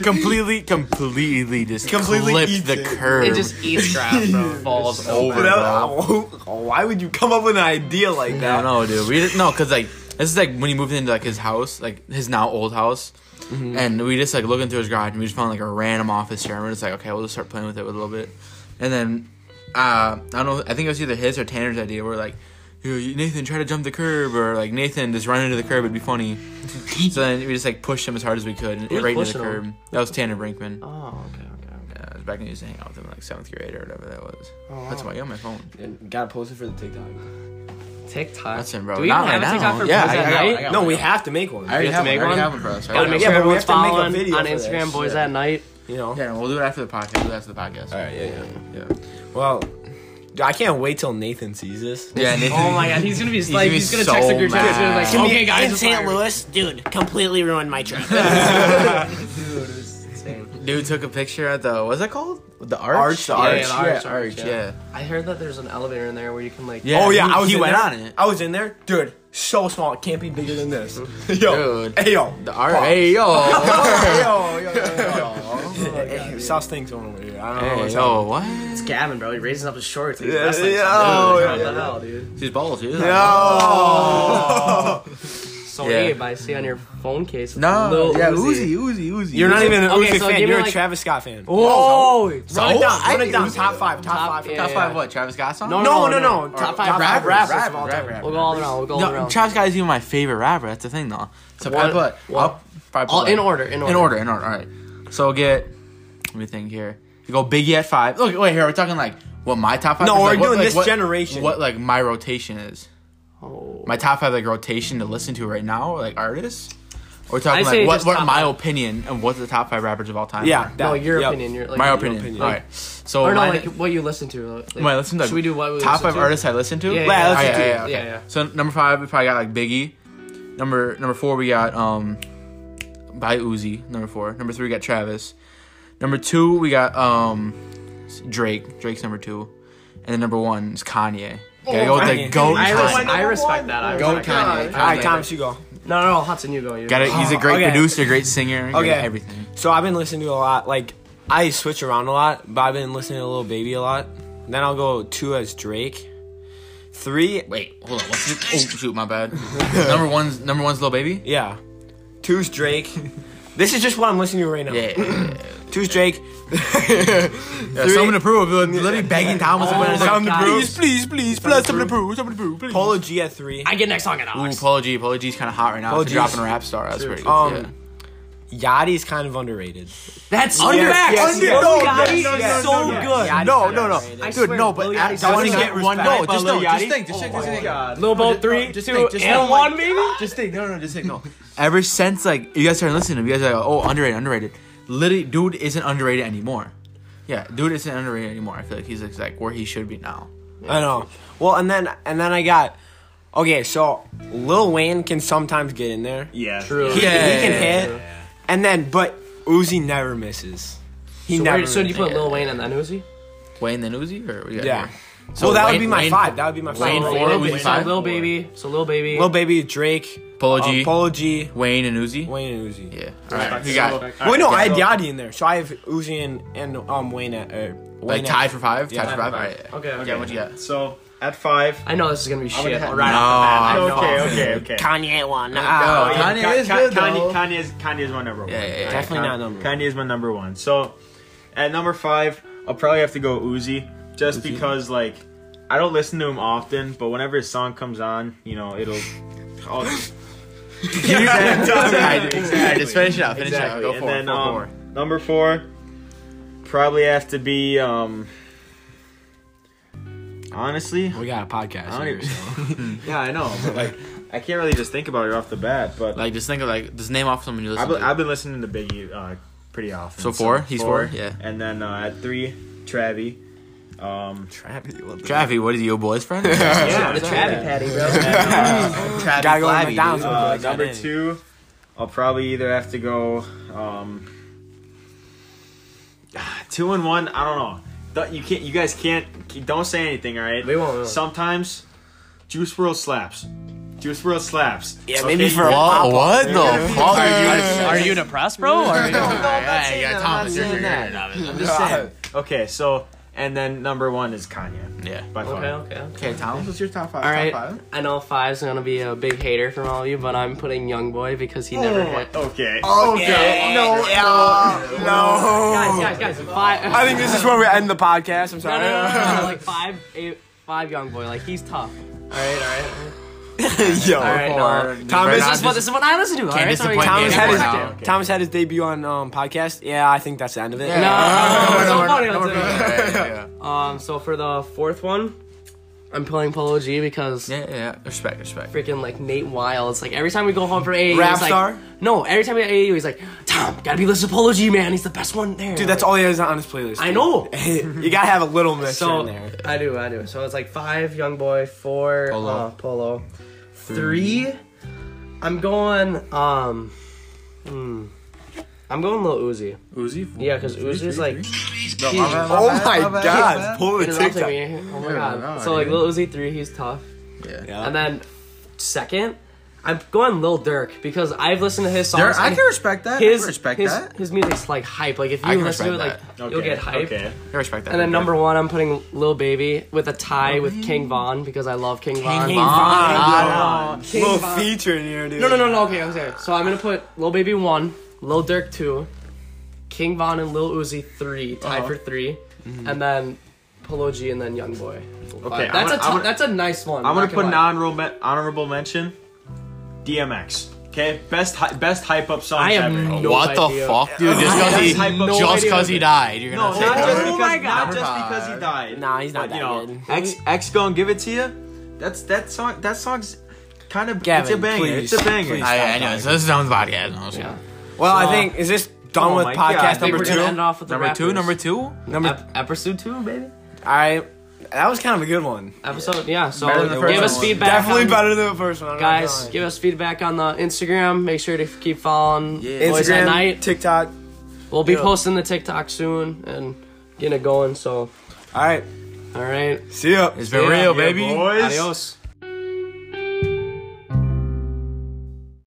Speaker 1: completely, completely just
Speaker 4: Completely
Speaker 1: clipped
Speaker 4: eats
Speaker 1: the
Speaker 4: it.
Speaker 1: curb.
Speaker 2: It just eats grass, bro. Falls over.
Speaker 4: But that- why would you come up with an idea like
Speaker 1: I
Speaker 4: that?
Speaker 1: don't know, dude. We didn't know because like this is like when he moved into like his house, like his now old house,
Speaker 2: Mm-hmm.
Speaker 1: and we just like looked into his garage and we just found like a random office chair and we're just like, okay, we'll just start playing with it with a little bit, and then uh, I don't know. I think it was either his or Tanner's idea. We're like, "Yo, Nathan, try to jump the curb, or like Nathan just run into the curb. It'd be funny. so then we just like pushed him as hard as we could and
Speaker 2: was
Speaker 1: right into the
Speaker 2: pushing
Speaker 1: curb.
Speaker 2: him?
Speaker 1: That was Tanner Brinkman.
Speaker 2: Oh, okay, okay,
Speaker 1: Uh, back when he used to hang out with him in like seventh grade or whatever that was.
Speaker 2: Oh, wow.
Speaker 1: That's why I got my phone.
Speaker 4: Gotta post it for the TikTok.
Speaker 2: okay. TikTok.
Speaker 1: That's it, bro.
Speaker 2: Do we
Speaker 1: Not
Speaker 2: even have
Speaker 1: right
Speaker 2: a TikTok
Speaker 1: now.
Speaker 2: for
Speaker 1: Yeah,
Speaker 2: boys
Speaker 1: I-
Speaker 2: at
Speaker 1: I got
Speaker 2: night?
Speaker 1: one, I got
Speaker 4: No, we have to make one.
Speaker 1: I already
Speaker 2: have to
Speaker 1: have,
Speaker 2: make
Speaker 1: one. I already
Speaker 2: one?
Speaker 1: have one for us. I
Speaker 2: Gotta
Speaker 1: already
Speaker 2: make
Speaker 1: have
Speaker 2: sure
Speaker 4: Yeah, but we
Speaker 2: everyone's
Speaker 4: have to make a
Speaker 2: following
Speaker 4: video
Speaker 2: on
Speaker 4: for this.
Speaker 2: Instagram, boys
Speaker 4: Yeah.
Speaker 2: at night.
Speaker 4: You know.
Speaker 1: one. Yeah, we'll do it after the podcast. We'll do it after the podcast.
Speaker 4: All right. Yeah. yeah.
Speaker 1: Yeah.
Speaker 4: Well, dude, I can't wait till Nathan sees this.
Speaker 1: Yeah. Nathan,
Speaker 2: Oh my god, he's gonna be
Speaker 1: gonna
Speaker 2: like,
Speaker 1: be
Speaker 2: he's gonna
Speaker 1: so
Speaker 2: text the group chat. He's
Speaker 1: mad.
Speaker 2: gonna be like,
Speaker 1: It's gonna
Speaker 2: okay, guys, we're fired."
Speaker 5: Louis, dude, completely ruined my trip.
Speaker 2: Dude, it's insane.
Speaker 1: dude took a picture at the what's that called? The arch.
Speaker 4: Arch, the
Speaker 1: Yeah,
Speaker 4: arch,
Speaker 1: yeah, the
Speaker 2: yeah.
Speaker 1: arch, arch,
Speaker 2: Yeah.
Speaker 1: yeah.
Speaker 2: I heard that there's an elevator in there where you can like.
Speaker 1: Yeah.
Speaker 4: oh yeah,
Speaker 1: he-
Speaker 4: I was.
Speaker 1: he
Speaker 4: in
Speaker 1: went
Speaker 4: there.
Speaker 1: on it.
Speaker 4: I was in there, dude. So small, it can't be bigger than this. yo,
Speaker 1: Dude.
Speaker 4: hey yo,
Speaker 1: The arch. Hey yo.
Speaker 4: hey yo, yo, Oh, yo, yo. Hey, stop stinks going over here. I don't know
Speaker 1: hey
Speaker 4: what's
Speaker 1: yo. What?
Speaker 2: It's Gavin, bro. He raises up his shorts. He's
Speaker 4: Yeah,
Speaker 2: wrestling
Speaker 4: yeah,
Speaker 2: someone.
Speaker 4: oh,
Speaker 2: Dude, what
Speaker 4: yeah,
Speaker 2: the hell, dude?
Speaker 1: She's balls, dude.
Speaker 4: Oh.
Speaker 2: So
Speaker 1: Yeah.
Speaker 2: Abe, I see on your phone case. it's
Speaker 1: No.
Speaker 2: Lil
Speaker 1: yeah.
Speaker 2: Uzi.
Speaker 1: Uzi. Uzi. Uzi.
Speaker 4: You're not even an
Speaker 2: Okay,
Speaker 4: Uzi
Speaker 2: so
Speaker 4: fan.
Speaker 2: give me,
Speaker 4: You're a
Speaker 2: like-
Speaker 4: Travis Scott fan.
Speaker 2: Oh, Whoa!
Speaker 4: Run it down.
Speaker 1: I
Speaker 4: Run it
Speaker 1: think
Speaker 4: down.
Speaker 1: Uzi-
Speaker 4: Top five. Top,
Speaker 2: Top-
Speaker 4: five.
Speaker 2: yeah,
Speaker 4: top
Speaker 1: Top
Speaker 2: yeah,
Speaker 1: five. What? Travis Scott song?
Speaker 2: No,
Speaker 4: No, no, no.
Speaker 2: Top five rappers.
Speaker 4: rappers of all time.
Speaker 2: We'll go all around. We'll go all
Speaker 1: No,
Speaker 2: around.
Speaker 1: Travis Scott isn't even my favorite rapper. That's the thing, though. So
Speaker 2: What-
Speaker 1: I put,
Speaker 2: what-
Speaker 1: I'll probably put
Speaker 2: All- in
Speaker 1: like-
Speaker 2: order, in
Speaker 1: In
Speaker 2: order.
Speaker 1: order. In order. All right. So get. Let me think here. You go Biggie at five. Look, wait. Here we're talking like what my top five.
Speaker 4: No,
Speaker 1: is,
Speaker 4: we're
Speaker 1: like, what-
Speaker 4: doing
Speaker 1: like,
Speaker 4: this
Speaker 1: what-
Speaker 4: generation.
Speaker 1: What like my rotation is.
Speaker 2: Oh.
Speaker 1: My top five like rotation to listen to right now, like artists. We're
Speaker 2: I
Speaker 1: talking
Speaker 2: say
Speaker 1: like what,
Speaker 2: just
Speaker 1: what
Speaker 2: top
Speaker 1: my opinion and what's the top five rappers of all time.
Speaker 4: Yeah.
Speaker 1: are.
Speaker 4: that-
Speaker 2: No, your
Speaker 4: yep.
Speaker 2: opinion. Your, like,
Speaker 1: my
Speaker 2: your
Speaker 1: opinion.
Speaker 4: opinion.
Speaker 1: All right. So
Speaker 2: Or no,
Speaker 1: mine-
Speaker 2: like what you listen to. Like,
Speaker 1: Wait, listen to
Speaker 2: Should we do what we
Speaker 1: top
Speaker 2: listen
Speaker 1: five
Speaker 2: to?
Speaker 1: artists I listen to?
Speaker 2: Yeah,
Speaker 4: yeah, yeah.
Speaker 1: Okay,
Speaker 4: Yeah,
Speaker 1: Oh, yeah,
Speaker 4: yeah,
Speaker 1: yeah, okay.
Speaker 2: yeah, yeah.
Speaker 1: So number five, we probably got like Biggie. Number number four, we got um, by Uzi. Number four. Number three, we got Travis. Number two, we got um, Drake. Drake's number two, and then number one is Kanye. Gotta go with the
Speaker 4: Kanye.
Speaker 1: goat.
Speaker 2: I,
Speaker 1: Kanye.
Speaker 2: res- I respect that. I
Speaker 1: Go
Speaker 2: respect
Speaker 1: Kanye.
Speaker 2: that.
Speaker 4: All right, Thomas, you go.
Speaker 2: No, no, no, Hudson, you go. You
Speaker 1: Got it. He's a great
Speaker 4: Okay.
Speaker 1: producer, great singer. Okay.
Speaker 4: Okay.
Speaker 1: everything.
Speaker 4: So I've been listening to a lot. Like I switch around a lot, but I've been listening to Lil Baby a lot. Then I'll go two as Drake. Three,
Speaker 1: Wait, hold on. What's this? Oh shoot, my bad. number one's number one's Lil Baby.
Speaker 4: yeah. Two's Drake. this is just what I'm listening to right now.
Speaker 1: Yeah. yeah,
Speaker 4: Two's Drake.
Speaker 1: yeah. Someone to prove. Literally begging Thomas.
Speaker 2: Oh my
Speaker 1: someone to
Speaker 2: God.
Speaker 1: prove.
Speaker 2: Please,
Speaker 1: please, please, please. Someone to prove. Someone to prove. Please.
Speaker 4: Polo G at three.
Speaker 2: I get next song at
Speaker 1: Ooh,
Speaker 2: Alex.
Speaker 1: Polo G. Polo G's kind of hot right now.
Speaker 4: Polo
Speaker 1: After
Speaker 4: G's-
Speaker 1: dropping a rap star. That's pretty good.
Speaker 4: Um,
Speaker 1: yeah.
Speaker 4: Yachty's kind of underrated.
Speaker 2: That's
Speaker 4: Under-
Speaker 2: facts.
Speaker 4: yes,
Speaker 2: Under-
Speaker 4: yes,
Speaker 2: Lil
Speaker 4: yes,
Speaker 2: Yachty
Speaker 4: yes,
Speaker 2: is
Speaker 4: yes,
Speaker 2: so
Speaker 4: yes.
Speaker 2: good.
Speaker 4: Yachty's
Speaker 1: No,
Speaker 4: kinda
Speaker 1: no, no.
Speaker 4: underrated.
Speaker 2: I
Speaker 1: Dude,
Speaker 2: swear,
Speaker 1: no, but
Speaker 2: Lil
Speaker 1: at-
Speaker 2: Yachty's
Speaker 1: that
Speaker 2: so
Speaker 1: wasn't
Speaker 2: good.
Speaker 1: get one.
Speaker 4: Respect
Speaker 1: No,
Speaker 4: by
Speaker 1: just
Speaker 4: Lil
Speaker 1: no. Just
Speaker 4: Yachty.
Speaker 1: think. Just think. Just think.
Speaker 2: Lil Bo three,
Speaker 1: just
Speaker 2: two,
Speaker 1: think, just
Speaker 2: and
Speaker 1: think,
Speaker 2: one,
Speaker 1: like-
Speaker 2: maybe.
Speaker 1: Just think. No, no, just think. No. Ever since like you guys started listening to him, you guys are like, oh, underrated, underrated. Literally, dude isn't underrated anymore. Yeah, dude isn't underrated anymore. I feel like he's like, like where he should be now.
Speaker 4: I know. Well, and then and then I got. Okay, so Lil Wayne can sometimes get in there.
Speaker 3: Yeah.
Speaker 2: True.
Speaker 4: He,
Speaker 1: Yeah.
Speaker 4: he can hit, and then but Uzi never misses. He
Speaker 2: So,
Speaker 4: never.
Speaker 2: where, so you
Speaker 4: misses.
Speaker 2: put Lil Wayne and then Uzi?
Speaker 1: Wayne then Uzi or what do you got
Speaker 4: yeah.
Speaker 1: here?
Speaker 4: well, that would
Speaker 1: Wayne-
Speaker 4: be my
Speaker 1: Wayne-
Speaker 4: five. That would be my
Speaker 1: Wayne
Speaker 4: five.
Speaker 1: four,
Speaker 2: Lil
Speaker 1: Uzi
Speaker 2: Ba-
Speaker 1: five?
Speaker 2: Lil baby. So Lil baby.
Speaker 4: Lil Baby, Drake,
Speaker 1: Polo
Speaker 4: uh,
Speaker 1: G,
Speaker 4: Polo G,
Speaker 1: Wayne and Uzi.
Speaker 4: Wayne, and Uzi.
Speaker 1: Yeah. All right. You got
Speaker 4: Well, no, I had
Speaker 3: so-
Speaker 4: Yachty in there, so I have Uzi and and um Wayne at uh, Wayne
Speaker 1: like
Speaker 4: at-
Speaker 1: tied for five. Tied
Speaker 4: Yeah.
Speaker 1: for five. All right.
Speaker 2: Okay, okay.
Speaker 1: Yeah. What you got?
Speaker 3: So at five.
Speaker 2: I know this is gonna be shit
Speaker 3: have-
Speaker 2: right
Speaker 1: No.
Speaker 2: off the bat. I know.
Speaker 3: Okay, okay, okay.
Speaker 5: Kanye one.
Speaker 1: Oh,
Speaker 3: Yeah,
Speaker 1: Kanye
Speaker 3: Ka-
Speaker 1: is
Speaker 3: Ka-
Speaker 1: good,
Speaker 3: Kanye,
Speaker 1: though.
Speaker 3: Kanye's Kanye's my number one.
Speaker 1: Yeah, yeah, yeah.
Speaker 4: Definitely not number one.
Speaker 3: Kanye is my number one. So at number five, I'll probably have to go Uzi, just because like I don't listen to him often, but whenever his song comes on, you know it'll. I'll,
Speaker 1: All right. Just finish it up. Finish
Speaker 3: exactly.
Speaker 1: it up. Go
Speaker 3: and
Speaker 1: forward.
Speaker 3: then
Speaker 1: go
Speaker 3: um,
Speaker 1: forward.
Speaker 3: number four, probably have to be um. Honestly,
Speaker 4: We got a podcast.
Speaker 3: I don't
Speaker 4: here,
Speaker 3: even.
Speaker 4: so.
Speaker 3: yeah, I know, but like, I can't really just think about it off the bat. But
Speaker 1: Like just think of like just name off someone you
Speaker 3: I've,
Speaker 1: listen
Speaker 3: been-
Speaker 1: to.
Speaker 3: I've been listening to Biggie uh, pretty often.
Speaker 1: So four? He's four? Yeah.
Speaker 3: And then uh, at three, Travi. Um,
Speaker 1: Travi, what is he, your boy's friend? yeah.
Speaker 3: yeah,
Speaker 2: The Travi Patty, bro.
Speaker 1: Travi
Speaker 4: Gotta go to
Speaker 1: Flavi,
Speaker 4: McDonald's
Speaker 1: dude.
Speaker 4: real
Speaker 3: uh, number two, I'll probably either have to go um, two and one. I don't know. Don't- You can't. You guys can't. Don't say anything. All right.
Speaker 2: We won't, we won't.
Speaker 3: Sometimes, Juice World slaps. Juice World slaps.
Speaker 5: Yeah, maybe for a
Speaker 1: What, what the fuck?
Speaker 2: Uh,
Speaker 7: Are you depressed, bro? Are you-
Speaker 1: Hey, yeah, Thomas, you're you're- you're- you're-
Speaker 3: I'm just saying. Okay, so and then number one is Kanye.
Speaker 1: Yeah.
Speaker 3: By far.
Speaker 2: Okay, okay, okay.
Speaker 7: okay, Thomas, what's your top five?
Speaker 2: All
Speaker 7: top
Speaker 2: right,
Speaker 7: five?
Speaker 2: I know five's gonna be a big hater from all of you, but I'm putting YoungBoy because he never
Speaker 3: Oh.
Speaker 2: hit.
Speaker 3: Okay.
Speaker 4: Oh,
Speaker 5: Okay.
Speaker 7: No,
Speaker 2: Guys, guys, guys, five.
Speaker 4: I think this is where we end the podcast. I'm
Speaker 2: no,
Speaker 4: sorry.
Speaker 2: no, no, no, no, like five, eight, five young boy. Like he's tough. All right, all right.
Speaker 4: Yo,
Speaker 2: All right, no.
Speaker 4: Thomas,
Speaker 2: This is what this is what I listen to. All right,
Speaker 1: disappoint
Speaker 2: sorry.
Speaker 1: me
Speaker 4: Thomas had, his,
Speaker 1: anymore now.
Speaker 2: No,
Speaker 4: Thomas had his debut on um, podcast. Yeah, I think that's the end of it.
Speaker 2: it's so funny, I'll tell you.
Speaker 1: Yeah, yeah,
Speaker 2: Um, so for the fourth one, I'm pulling Polo G because
Speaker 1: yeah, yeah, yeah. Respect, respect.
Speaker 2: freaking like Nate Wilds. Like every time we go home from AAU,
Speaker 4: Rap
Speaker 2: he's like,
Speaker 4: star?
Speaker 2: No, every time we go to AAU, he's like, Tom, gotta be listening to Polo G, man. He's the best one there.
Speaker 4: Dude, that's all he has on his playlist.
Speaker 2: I
Speaker 4: dude.
Speaker 2: know.
Speaker 4: you gotta have a little mix
Speaker 2: So
Speaker 4: in there.
Speaker 2: I do, I do. So it's like five, young boy, four, polo, uh, polo. three. I'm going. Um, hmm. I'm going Lil Uzi.
Speaker 1: Uzi?
Speaker 2: Yeah, because Uzi's like.
Speaker 4: Oh my god, pull the
Speaker 2: interrupting
Speaker 4: TikTok.
Speaker 2: me. Oh my god. So like Lil Uzi three, he's tough.
Speaker 4: Yeah.
Speaker 2: And then second, I'm going Lil Durk because I've listened to his songs.
Speaker 7: There- I
Speaker 2: and
Speaker 7: can respect that. I
Speaker 2: his,
Speaker 7: can respect
Speaker 2: his,
Speaker 7: that.
Speaker 2: His music's like hype. Like if
Speaker 1: I
Speaker 2: you
Speaker 1: can
Speaker 2: listen to it, like
Speaker 1: respect
Speaker 2: you'll get hype.
Speaker 3: Okay.
Speaker 1: I respect that.
Speaker 2: And then number one, I'm putting Lil Baby with a tie with King Von because I love Oh. King Von.
Speaker 4: Little feature in here, dude.
Speaker 2: No, no, no, no. Okay, okay. So I'm gonna put Lil Baby one, Lil Durk two, King Von and Lil Uzi three, tied for 3 and then Polo G and then Young Boy.
Speaker 3: Okay,
Speaker 2: that's
Speaker 3: I'm
Speaker 2: a
Speaker 3: gonna-
Speaker 2: tou-
Speaker 3: I'm gonna-
Speaker 2: that's a nice one.
Speaker 3: I'm gonna
Speaker 2: not
Speaker 3: put an
Speaker 2: lie.
Speaker 3: honorable honorable mention. DMX. Okay, best hy- best hype up song
Speaker 2: I have
Speaker 3: ever.
Speaker 2: no
Speaker 1: what the
Speaker 2: idea.
Speaker 1: fuck, dude? Just because he,
Speaker 3: That's hype up.
Speaker 1: just
Speaker 2: idea.
Speaker 1: 'cause he died, you're gonna
Speaker 3: No, not
Speaker 1: say
Speaker 3: just
Speaker 1: that.
Speaker 3: because, not just because he died.
Speaker 4: Nah, he's not
Speaker 3: but, you
Speaker 4: that
Speaker 3: know,
Speaker 4: good.
Speaker 3: X X gonna give it to you. That's that song. That song's kind of it's a
Speaker 4: Gavin,
Speaker 3: banger.
Speaker 4: please,
Speaker 3: it's a banger.
Speaker 4: please.
Speaker 1: I, I know. So this is Tom's podcast. No, it's-
Speaker 2: Yeah.
Speaker 4: Well, I think is this done
Speaker 3: Oh
Speaker 4: with
Speaker 3: my
Speaker 4: podcast
Speaker 3: God.
Speaker 2: I think
Speaker 4: number
Speaker 2: we're gonna
Speaker 4: two?
Speaker 2: end off with the
Speaker 1: Number two,
Speaker 2: rappers.
Speaker 1: number two.
Speaker 4: Number.
Speaker 2: Ep- episode two, baby.
Speaker 4: all right, that was kind of a good one.
Speaker 2: Episode, yeah. So
Speaker 1: Better than the first
Speaker 2: give us
Speaker 1: one.
Speaker 2: feedback.
Speaker 4: Definitely
Speaker 2: on-
Speaker 4: better than the first one, I'm not
Speaker 2: Guys,
Speaker 4: gonna
Speaker 2: give us feedback on the Instagram. Make sure to f- keep following
Speaker 4: lie.
Speaker 2: Boys
Speaker 4: Instagram,
Speaker 2: at Night.
Speaker 4: TikTok.
Speaker 2: we'll be
Speaker 4: yeah.
Speaker 2: posting the TikTok soon and getting it going. So,
Speaker 4: All right,
Speaker 2: all right.
Speaker 4: see ya.
Speaker 1: It's been real, baby.
Speaker 3: Boys.
Speaker 2: Adios.